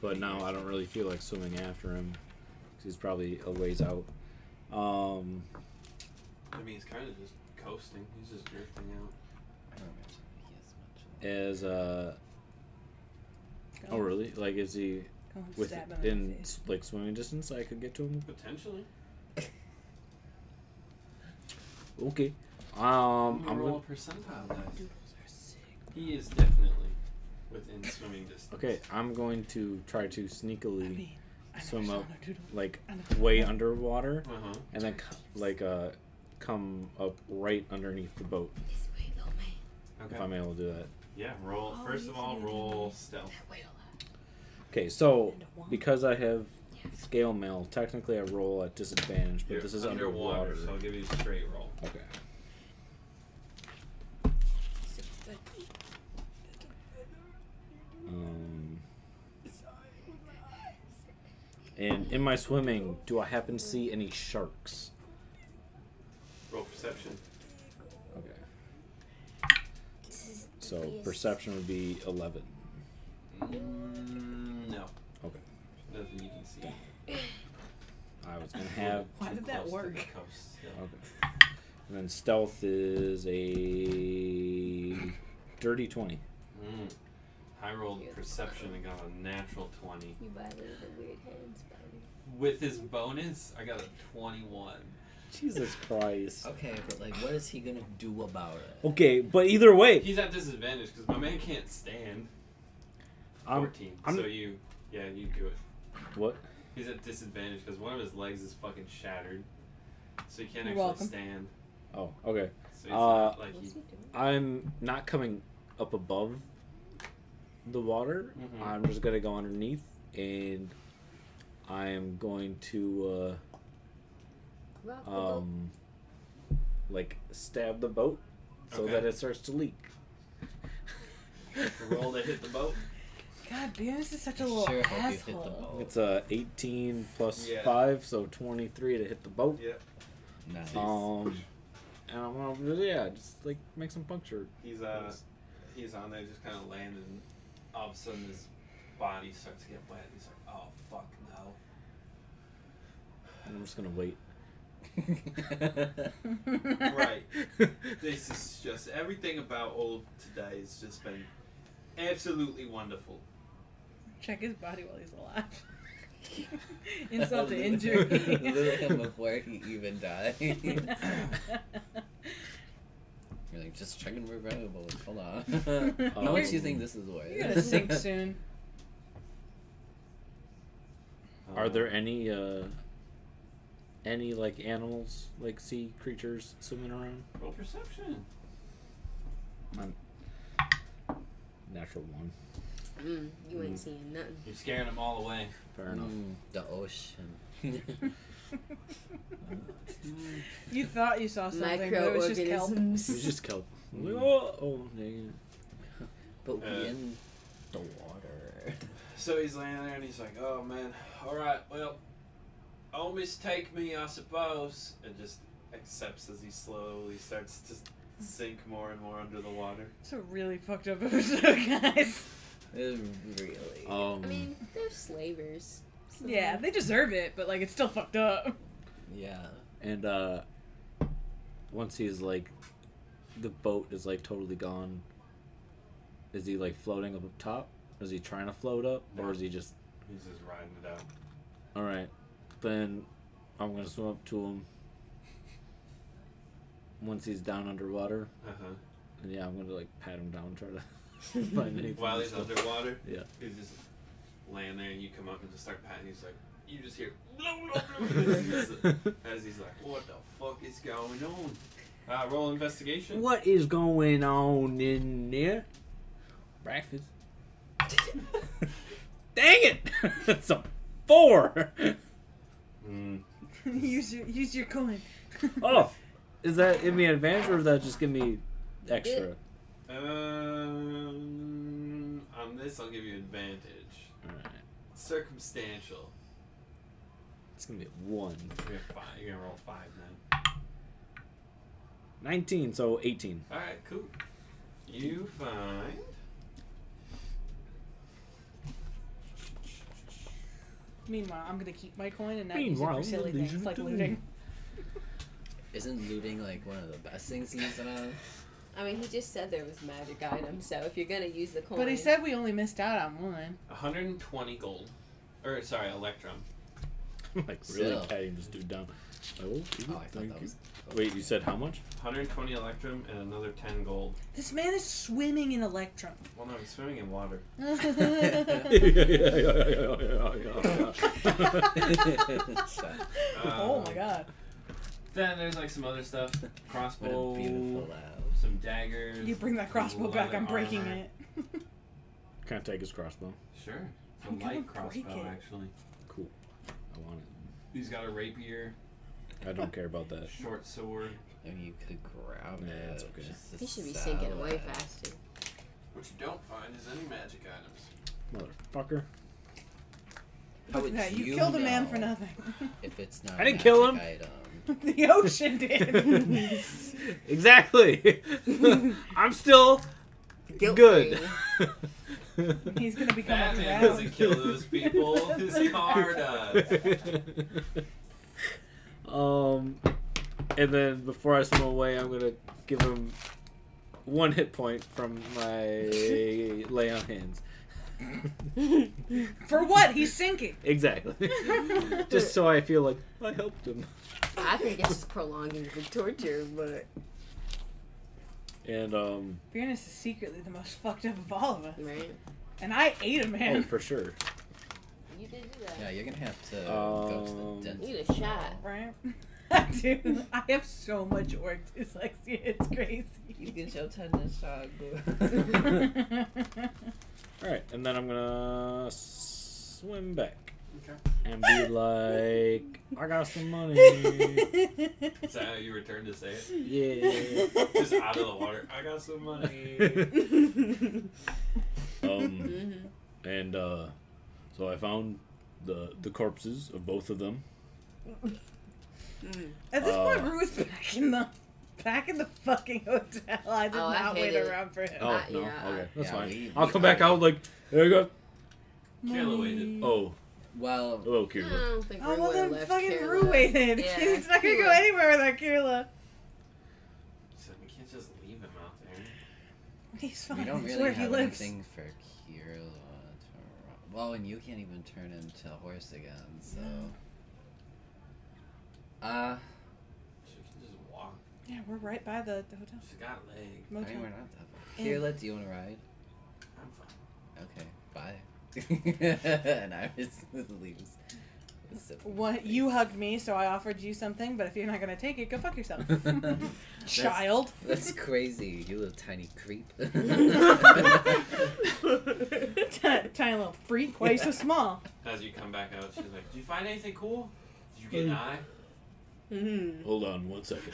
but now I don't really feel like swimming after him 'cause he's probably a ways out. Um,
I mean, he's kind of just coasting. He's just drifting out.
I don't remember he as
as
much.
uh, oh really? Like, is he
Go and stab him in the
within
face.
like swimming distance? I could get to him.
Potentially.
Okay. Um,
I'm
I'm
gonna
gonna
roll a percentile dice. He is definitely within swimming distance.
Okay, I'm going to try to sneakily, swim up. like,
I know.
way underwater,
Uh huh.
and then, c- like, uh, come up right underneath the boat.
This way, little man.
Okay.
If I'm able to do that.
Yeah. Roll.
Oh,
First of all,
he's gonna
roll stealth.
That way, little
Okay, so
Underwater.
because I have scale mail, technically I roll at disadvantage, but
You're
this is
underwater,
underwater.
so I'll give you a straight roll.
Okay. Um, and in my swimming, do I happen to see any sharks?
Roll perception.
Okay. So perception would be 11.
Mm, no.
Okay.
Nothing you can see.
I was going to have.
Why
Too
did that
close to
work?
the coast still.
Okay. And then stealth is a dirty 20.
Mm. I rolled perception and got a natural 20.
You violated the weird hand spider.
With his bonus, I got a 21.
Jesus Christ.
Okay, but like, what is he gonna do about it?
Okay, but either way,
He's at disadvantage because my man can't stand.
I'm,
14.
I'm-
so you, yeah, you do it.
what?
He's at disadvantage because one of his legs is fucking shattered. So he can't
You're
actually
welcome.
stand.
Oh, okay.
So he's
Uh,
not, like he,
What's he doing?
I'm not coming up above the water.
Mhm.
I'm just gonna go underneath, and I am going to
Rock
uh,
the boat.
um, like stab the boat so
Okay.
that it starts to leak.
roll to hit the boat.
God, Beerus is such a
I
little
sure hope you hit the
asshole.
boat.
It's a 18 plus
Oh. Yeah.
five, so 23 to hit the boat.
Yeah.
Nice.
Um, and I'm gonna yeah, just like make some puncture.
He's uh, he's on there just kind of laying, and all of a sudden his body starts to get wet. He's like, oh fuck no.
And I'm just gonna wait.
Right. This is just everything about all of today has just been absolutely wonderful.
Check his body while he's alive. Insult to injury.
Literally him before he even died. You're like, just checking we're vulnerable. Hold on. How much do you think this is worth?
You're gonna Oh. sink soon.
Oh.
Are there any uh any like animals, like sea creatures swimming around?
roll perception?
Natural one.
Mm, you ain't seeing nothing.
You're scaring them all away.
Fair enough.
Mm, the ocean.
You thought you saw something, but it was just kelp.
It's
Microorganisms.
just kelp.
Mm.
Oh, oh, dang
but we
Uh,
in the water.
So he's laying there and he's like, oh man, alright, well, oh mistake me, I suppose. And just accepts as he slowly starts to sink more and more under the water.
It's a really fucked up episode, guys.
It really.
it. Um,
I mean, they're slavers. so-
Yeah, they deserve it, but like it's still fucked up.
Yeah.
and uh once he's like the boat is like totally gone. Is he like floating up top? Is he trying to float up, or is he just
He's just riding it out.
all right? Then I'm gonna swim up to him. Once he's down underwater,
Uh huh.
and yeah, I'm gonna like pat him down, try to find anything.
While
to
he's
stuff.
underwater,
Yeah.
he's just laying there and you come up and just start patting. He's like, you just hear, as he's like, what the fuck is going on? Uh, roll investigation.
What is going on in there? Breakfast. Dang it! That's a four.
Mm.
use your use your coin.
Oh, is that give me an advantage or does that just give me extra?
Um, on this, I'll give you advantage.
All right,
Circumstantial.
it's gonna be a one.
You're, five, you're gonna roll five then.
19, so 18.
All right, cool. You find.
Meanwhile, I'm gonna keep my coin and not
Meanwhile,
use it for silly
the
things like
legion-
looting.
Isn't looting like one of the best things you use it on? Oh,
I mean, he just said there was magic items, so if you're gonna use the coin,
But he said we only missed out on one.
120 gold. Or, sorry, Electrum.
I'm like really
Still.
patting this dude down. Oh,
Oh, I thought
thank
that
you.
was.
Wait, you said how much?
120 Electrum and another 10 gold.
This man is swimming in electrum.
Well, no, I'm swimming in water.
Shut.
oh my
Um,
god.
Then there's like some other stuff
What
Oh.
a beautiful
crossbow,
laugh.
some daggers.
You bring that crossbow back,
leather
I'm breaking
armor.
it.
Can I take his crossbow?
Sure. It's a
I'm gonna
light
break
crossbow,
it.
actually.
Cool. I want it.
He's got a rapier,
I don't care about that.
short sword.
I mean, you could grab
Nah,
it.
it's okay.
just to
he should be
sell
sinking away
it.
faster.
What you don't find is any magic items.
Motherfucker.
How
Look
would
at that, you,
you
killed a man
know
for nothing.
If it's not.
I didn't kill
magic Item.
the ocean did.
Exactly. I'm still good.
He's gonna become
Batman
a
doesn't kill those people. His car does.
um, and then before I swim away, I'm gonna give him one hit point from my lay on hands.
For what? He's sinking.
Exactly. Just so I feel like I helped him.
I think it's just prolonging the torture, but
And um,
Fairness is secretly the most fucked up of all of us.
right?
And I ate a
oh,
man.
for sure.
You did do
Yeah, you're gonna have to go to
Um,
the dentist.
Need a shot.
Right? I do. I have so much work dyslexia. It's
You
crazy.
can show tennis shot.
Mm-hmm.
All right, and then I'm gonna swim back
Okay.
and be like, I got some money.
Is that how you return to say it?
Yeah.
Just out of the water. I got some money.
um,
Mm-hmm.
and uh, so I found the the corpses of both of them.
At this point,
Uh.
Rue is back in the back in the fucking hotel. I did
Oh, I
not wait
hated-
around for him.
Oh
Uh,
no,
yeah,
okay,
uh,
that's
yeah,
fine.
we-
I'll
we
come back
are-
out like there you go.
Kayla waited.
Oh,
Well,
hello,
I
Kira.
don't think
Oh
Rue
well,
would've
then
left
fucking
Kira.
Rue waited.
Yeah,
He's not gonna
Kira.
go anywhere without Kayla.
So we can't just leave him out there.
He's fine.
we don't
It's
really
where he
have
lives.
anything for Kira. to- Well, and you can't even turn into a horse again, so. Uh,
She can just walk.
Yeah, we're right by the, the hotel.
She's got legs.
I mean,
Motel.
we're not that far.
Yeah.
Kira, do you want to ride?
I'm fine.
Okay, bye. and I was leaves.
What you hugged me, so I offered you something. But if you're not gonna take it, go fuck yourself, child.
That's crazy. You little tiny creep.
Ti- Tiny little freak. Why are you so small?
As you come back out, she's like, "Do you find anything cool? Did you get an eye?"
Mm-hmm.
Hold on one second.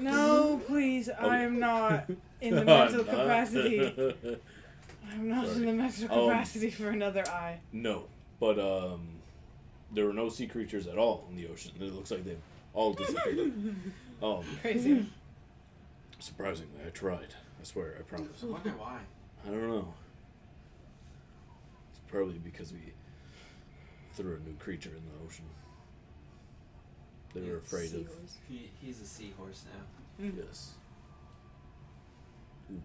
No, please.
Oh.
I'm not in the mental capacity. I'm not in the mental
Oh.
Um,
capacity for another eye.
no, but um, there were no sea creatures at all in the ocean. It looks like they've all disappeared. um,
Crazy.
surprisingly, I tried. I swear, I promise.
I wonder why.
I don't know. It's probably because we threw a new creature in the ocean. They were afraid of
He, he's a seahorse now.
yes. Who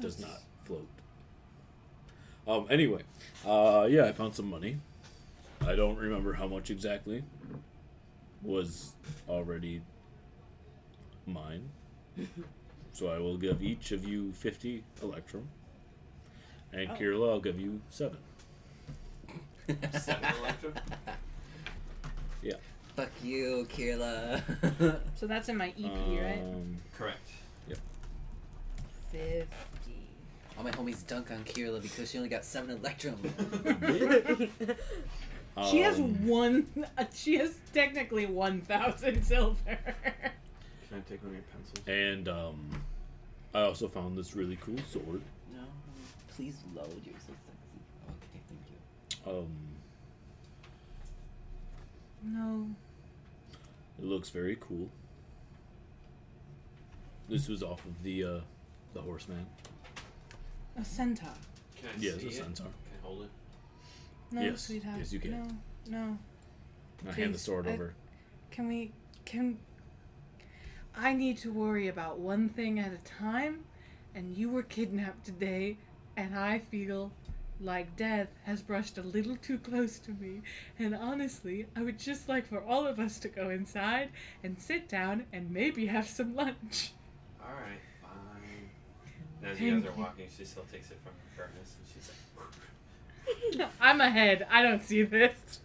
does not float. Um. Anyway, uh, yeah, I found some money. I don't remember how much exactly was already mine. so I will give each of you fifty electrum, and
Oh.
Kirla, I'll give you seven.
Seven electrum.
Fuck you, Kira.
So that's in my EP, right?
Um,
Correct.
Fifty.
All my homies dunk on Kira because she only got seven electrum.
Mm-hmm.
she has
Um,
one. She has technically one thousand silver.
Can I take one of your pencils?
And um, I also found this really cool sword.
No, please load. You're so sexy. Okay, thank you.
Um,
no.
it looks very cool. This was off of the uh, the horseman.
A centaur.
Can I
Yeah,
see
it's a
it?
centaur.
Can I hold it?
No,
Yes.
sweetheart.
Yes, you can.
No, no.
I hand the
Please,
sword
I-
over.
Can we? Can I need to worry about one thing at a time? And you were kidnapped today, and I feel like death has brushed a little too close to me. And honestly, I would just like for all of us to go inside and sit down and maybe have some lunch.
All right, fine. And as you guys
Thank
are
you.
walking, she still takes it from her furnace, and she's like,
I'm ahead. I don't see this.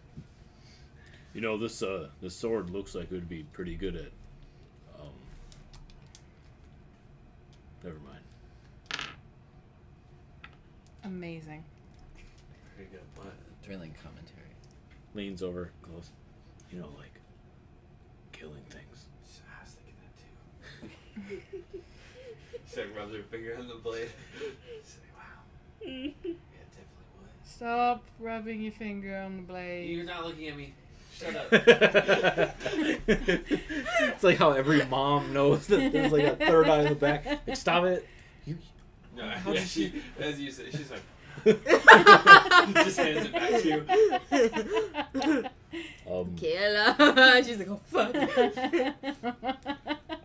You know this uh, this sword looks like it would be pretty good at. Um, never mind.
Amazing.
"Pretty good, what?"
Thrilling commentary.
Leans over close. You know, like killing things.
She said, I was thinking that too. She like, rubs her finger on the blade. She's like, "Wow, yeah, it definitely would."
Stop rubbing your finger on the blade.
You're not looking at me. Shut up.
it's like how every mom knows that there's like a third eye in the back. Like, stop it.
No,
How
yeah,
did
she, as you said, she's like, just hands it back to you.
Um,
Killer. She's like, oh fuck.
I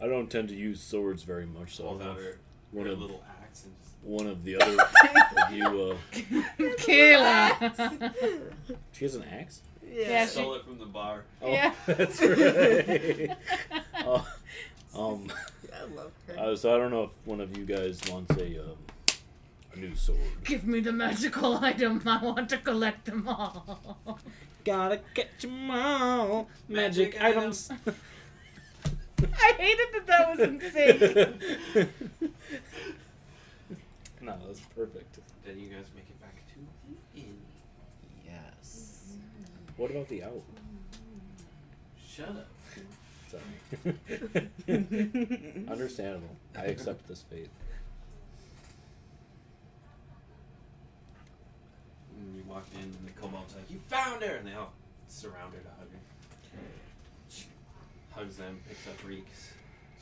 don't tend to use swords very much, so
pulls
I'll
out
have
her,
one
her
of
little axe and just
one of the other of you. Uh,
Kayla.
she has an axe.
Yeah, she-
stole it from the bar.
Oh,
Yeah.
that's right. Oh, um,
I love her.
uh, so I don't know if one of you guys wants a um, a new sword.
Give me the magical item. I want to collect them all.
Gotta catch 'em all. Magic,
Magic
items.
I hated that that was insane.
no, that's perfect.
Then you guys make it back to the inn.
Yes.
What about the owl?
Shut up.
Sorry. Understandable. I accept this fate.
And you walk in, and the kobold's like, "You found her!" And they all surround her to hug her. Hugs them, picks up reeks.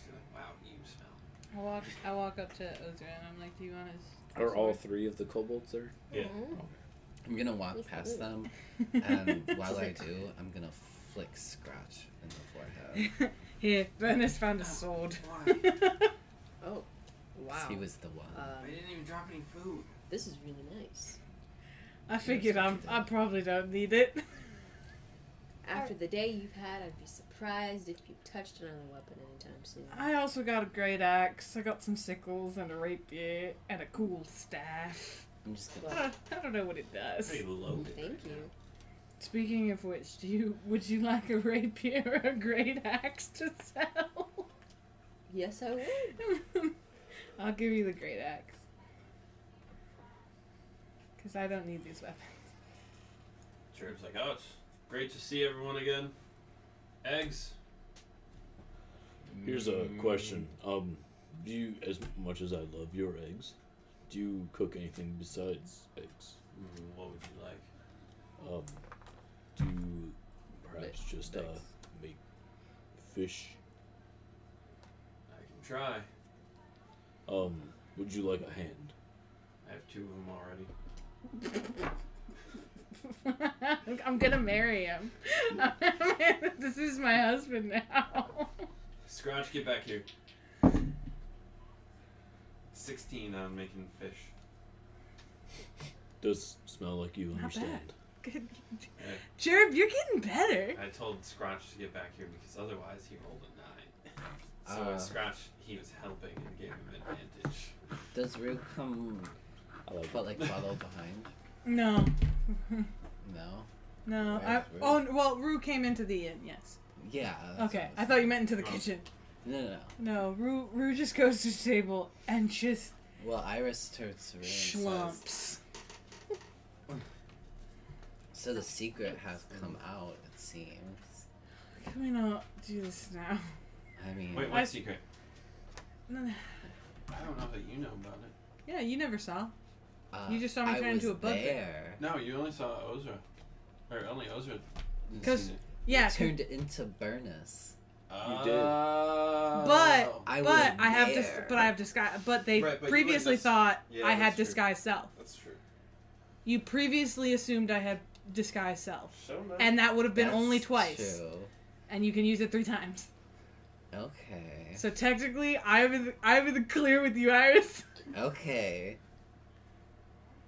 She's like, "Wow, you smell."
I walk, I walk up to Ozra and I'm like, "Do you want us?"
Are all three of the kobolds there?
Yeah.
Oh,
Mm-hmm.
I'm gonna walk
Who's
past
that?
them, and while I do, I'm gonna flick Scratch in the forehead.
Here, Bernice found a sword.
Why?
'cause
Oh, wow.
He was the one.
Uh,
Um,
I didn't even drop any food.
this is really nice.
I figured I'm, I probably don't need it.
After the day you've had, I'd be surprised if you touched another weapon anytime soon.
I also got a great axe. I got some sickles and a rapier and a cool staff.
I'm just gonna.
I don't, I don't know what it does.
Pretty loaded.
Thank you.
Speaking of which, do you would you like a rapier or a great axe to sell?
Yes, I would.
I'll give you the great axe. Because I don't need these weapons.
Cherub's like, "Oh, it's great to see everyone again." Eggs.
Here's a
Mm.
question. Um, do you, as much as I love your eggs, do you cook anything besides eggs?
Mm, what would you like?
Um, do you perhaps just uh,
eggs.
make fish?
I can try.
Um, would you like a hand?
I have two of them already.
I'm gonna marry him. this is my husband now.
Scratch, get back here. 16 on making fish.
Does smell like you
Not
understand?
Good. Cherub, you're getting better.
I told Scratch to get back here because otherwise he rolled a 9. So
Uh.
Scratch, he was helping and gave him advantage.
Does Rue come,
I like
but like follow behind?
No,
No.
no. I,
Where's Rue?
oh, well, Rue came into the inn. Yes.
Yeah. that's what
Okay.
was
I thought you meant into the
Oh.
kitchen.
No, no, no.
No, Rue. Rue just goes to the table and just
Well, Iris turns to Rue and says,
schlumps.
So the secret has come out, it seems.
Can we not do this now?
I mean,
Wait,
I-
what secret?
No, no.
I don't know that you know about it.
Yeah, you never saw.
uh,
You just saw me
I
turn into
was
a bugbear.
there.
No, you only saw Ozra. Or only Ozra.
Because yeah,
I turned into Burnus.
Oh.
did.
But-
Oh, I was
but I have dis-
there.
but I have disguise. But they
Right, but you went
previously
dis-
thought
Yeah,
I had
that's true.
disguised self.
That's true.
You previously assumed I had disguised self,
So nice.
and that would have been
That's
only twice.
true.
And you can use it three times.
Okay.
So technically, I'm in the, I'm in the clear with you, Iris.
Okay.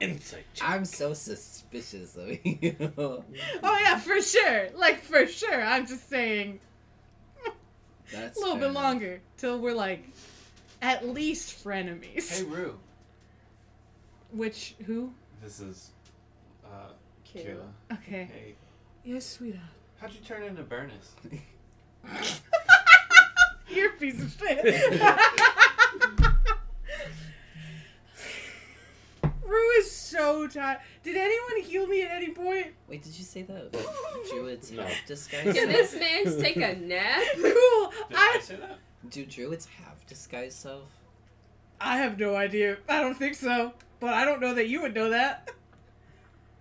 Insight.
I'm so suspicious of you.
oh yeah, for sure. Like for sure. I'm just saying
That's
a little
fair
bit
enough.
longer till we're like at least frenemies.
hey, Rue.
Which who?
This is. Uh,
Kayla.
Kayla.
Okay.
Hey.
Yes, sweetheart.
How'd you turn into Burnus?
You're a piece of shit. Rue is so tired. Did anyone heal me at any point?
Wait, did you say that druids
No.
have disguise?
Can
self?
this man's take a nap?
Cool.
Did I,
I
say that?
Do druids have disguise self?
I have no idea. I don't think so. But I don't know that you would know that.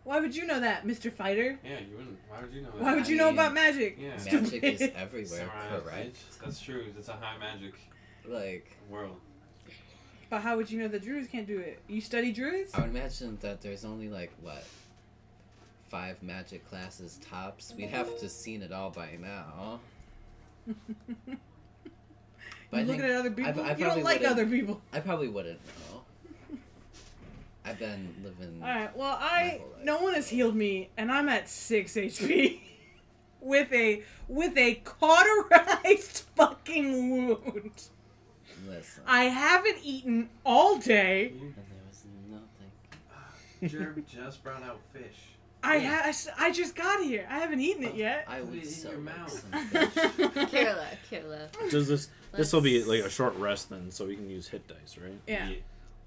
Why would you know that, Mr. Fighter?
Yeah, you wouldn't. Why would you know that?
Why would you
I
know
mean,
about magic?
Yeah.
Stupid.
Magic is everywhere,
Samurai,
correct?
bitch. That's true. It's a high magic
Like,
world.
But how would you know that druids can't do it? You study druids?
I would imagine that there's only like what five magic classes tops. We'd have to seen it all by now. But I,
you looking
think-
at other people?
I
you don't
probably
like
would've-
other people.
I probably wouldn't know. I've been living.
All right. Well, I
My whole life.
no one has healed me, and I'm at six HP with a with a cauterized fucking wound.
Listen,
I haven't eaten all day.
You,
and there was nothing.
Jerb just brought out fish.
I ha- I s- I just got here. I haven't eaten it yet.
I
Put
would
it in
so
your
like
mouth.
some fish.
Kayla, Kayla.
Does this? This will be like a
Let's-
short rest then, so we can use hit dice, right?
yeah.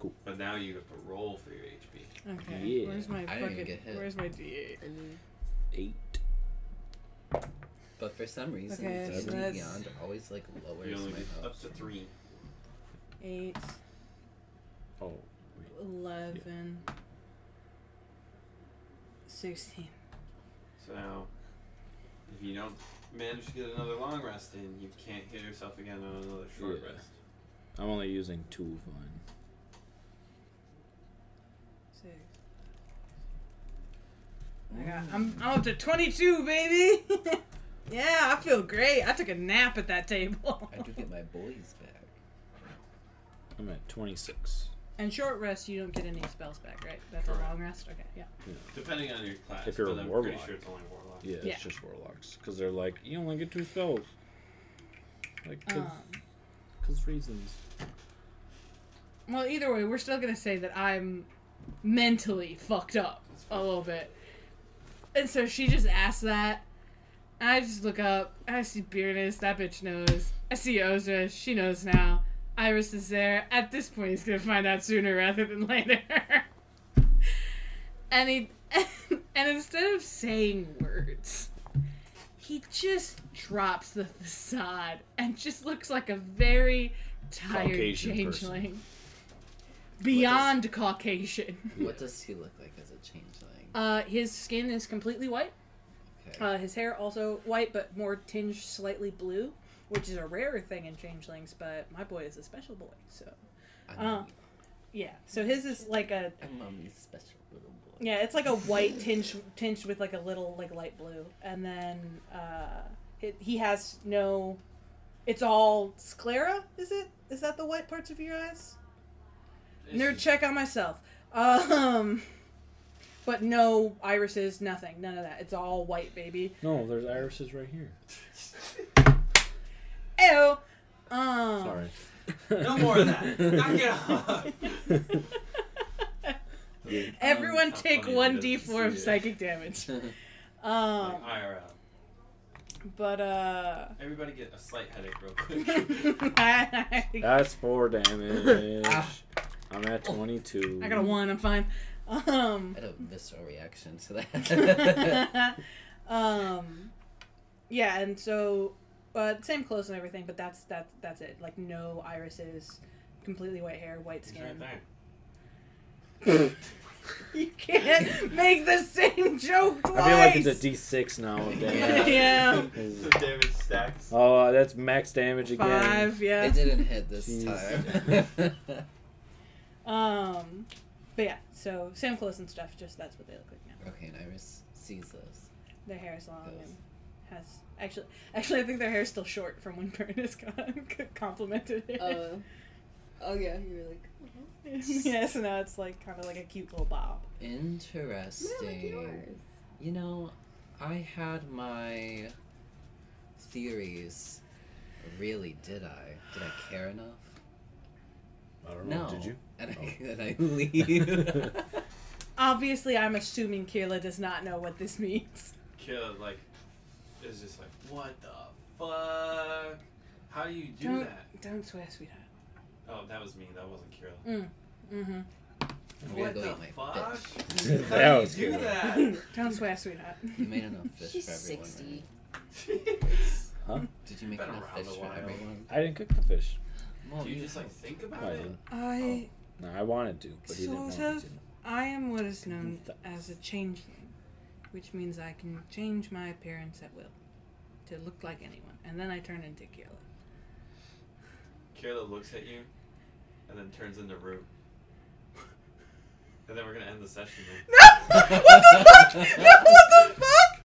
Cool.
But now you have to roll for your HP.
Okay.
Yeah.
Where's my
I didn't even
fucking
get hit.
Where's my D8?
I mean,
Eight.
But for some reason,
Okay, so
Disney
that's-
Beyond always like
you
lowers
only
my
get
health.
up to three.
Eight,
Oh,
eleven, sixteen.
So now, if you don't manage to get another long rest in, you can't heal yourself again on another short
Yeah.
rest.
I'm only using two of mine.
Six. I got, I'm, I'm up to 22, baby. yeah, I feel great. I took a nap at that table.
I do get my boys back.
I'm at 26.
And short rest, you don't get any spells back, right? That's a
Correct.
long rest. Okay, yeah.
Depending on your class.
If you're
but
a
I'm pretty
warlock.
sure it's only warlock.
Yeah,
Yeah.
it's just warlocks because they're like you only get two spells. Like,
Uh.
cause,
Um,
'cause reasons.
well, either way, we're still gonna say that I'm mentally fucked up a little bit. And so she just asked that. And I just look up. and I see Beardus. That bitch knows. I see Ozra. She knows now. Iris is there. At this point, he's gonna find out sooner rather than later. and he, and instead of saying words, he just drops the facade and just looks like a very tired
Caucasian person.
changeling. Beyond Caucasian.
What does he look like as a changeling?
Uh, his skin is completely white.
Okay.
Uh, his hair also white, but more tinged slightly blue, which is a rarer thing in changelings. But my boy is a special boy, so
I'm,
uh, yeah. So his is like a
I'm mommy's special little boy.
yeah, it's like a white tinge tinged with like a little like light blue, and then uh, it, he has no. It's all sclera. Is it? Is that the white parts of your eyes?
It's
Nerd
just-
check on myself. Um, but no irises, nothing, none of that. It's all white, baby.
No, there's irises right here.
Ew. Um,
Sorry.
Oh. No more of that. Knock it off.
Um, Everyone
How
take
funny it
one
is.
d4 of
Yeah.
psychic damage. Um,
Like IRL.
but uh,
Everybody get a slight headache real quick.
I, uh,
Ah.
That's four damage. I'm at 22. Mm-hmm.
I got a one. I'm fine. Um,
I had a visceral reaction to that.
um, yeah, and so uh, same clothes and everything, but that's that that's it. Like no irises, completely white hair, white
He's right
skin.
there.
You can't make the same joke twice.
I feel like it's a D6 now.
Yeah.
damn.
So David stacks.
Oh, uh, that's max damage again.
Five, yeah.
it didn't hit this
Jeez.
time.
Um, but yeah, so same clothes and stuff. Just that's what they look like now.
okay, and Iris sees those.
Their hair is long
Those.
and has actually actually I think their hair is still short from when Bernice got complimented it.
oh yeah, you were like,
yeah, so now it's like kind of like a cute little bob.
Interesting. You know, I had my theories. Really, did I? Did I care enough?
I don't
No.
know. Did you?
And I,
Oh.
and I leave.
Obviously, I'm assuming Kayla does not know what this means.
Kid like is just like, what the fuck? How do you do
Don't-
that?
Don't swear, sweetheart.
Oh, that was me. That wasn't Kira.
Mm-hmm.
I'm gonna
What
go
the
eat my
fuck? How
fish.
That
do
was
you do
good.
that?
Don't swear, sweetheart.
You made enough fish
She's
for everyone. right?
60.
Did you make
Been
enough
around
fish
a
for
while.
everyone?
I didn't cook the fish.
Well,
do you just like think about
No, I
it?
didn't.
I
No, I wanted to, but he didn't want
Sort
me
of. I am what is known
Th-
as a changeling, which means I can change my appearance at will to look like anyone, and then I turn into Kayla.
Kira looks at you and then turns into Rue. and then we're gonna end the session. There.
No! What the fuck? No, what the fuck?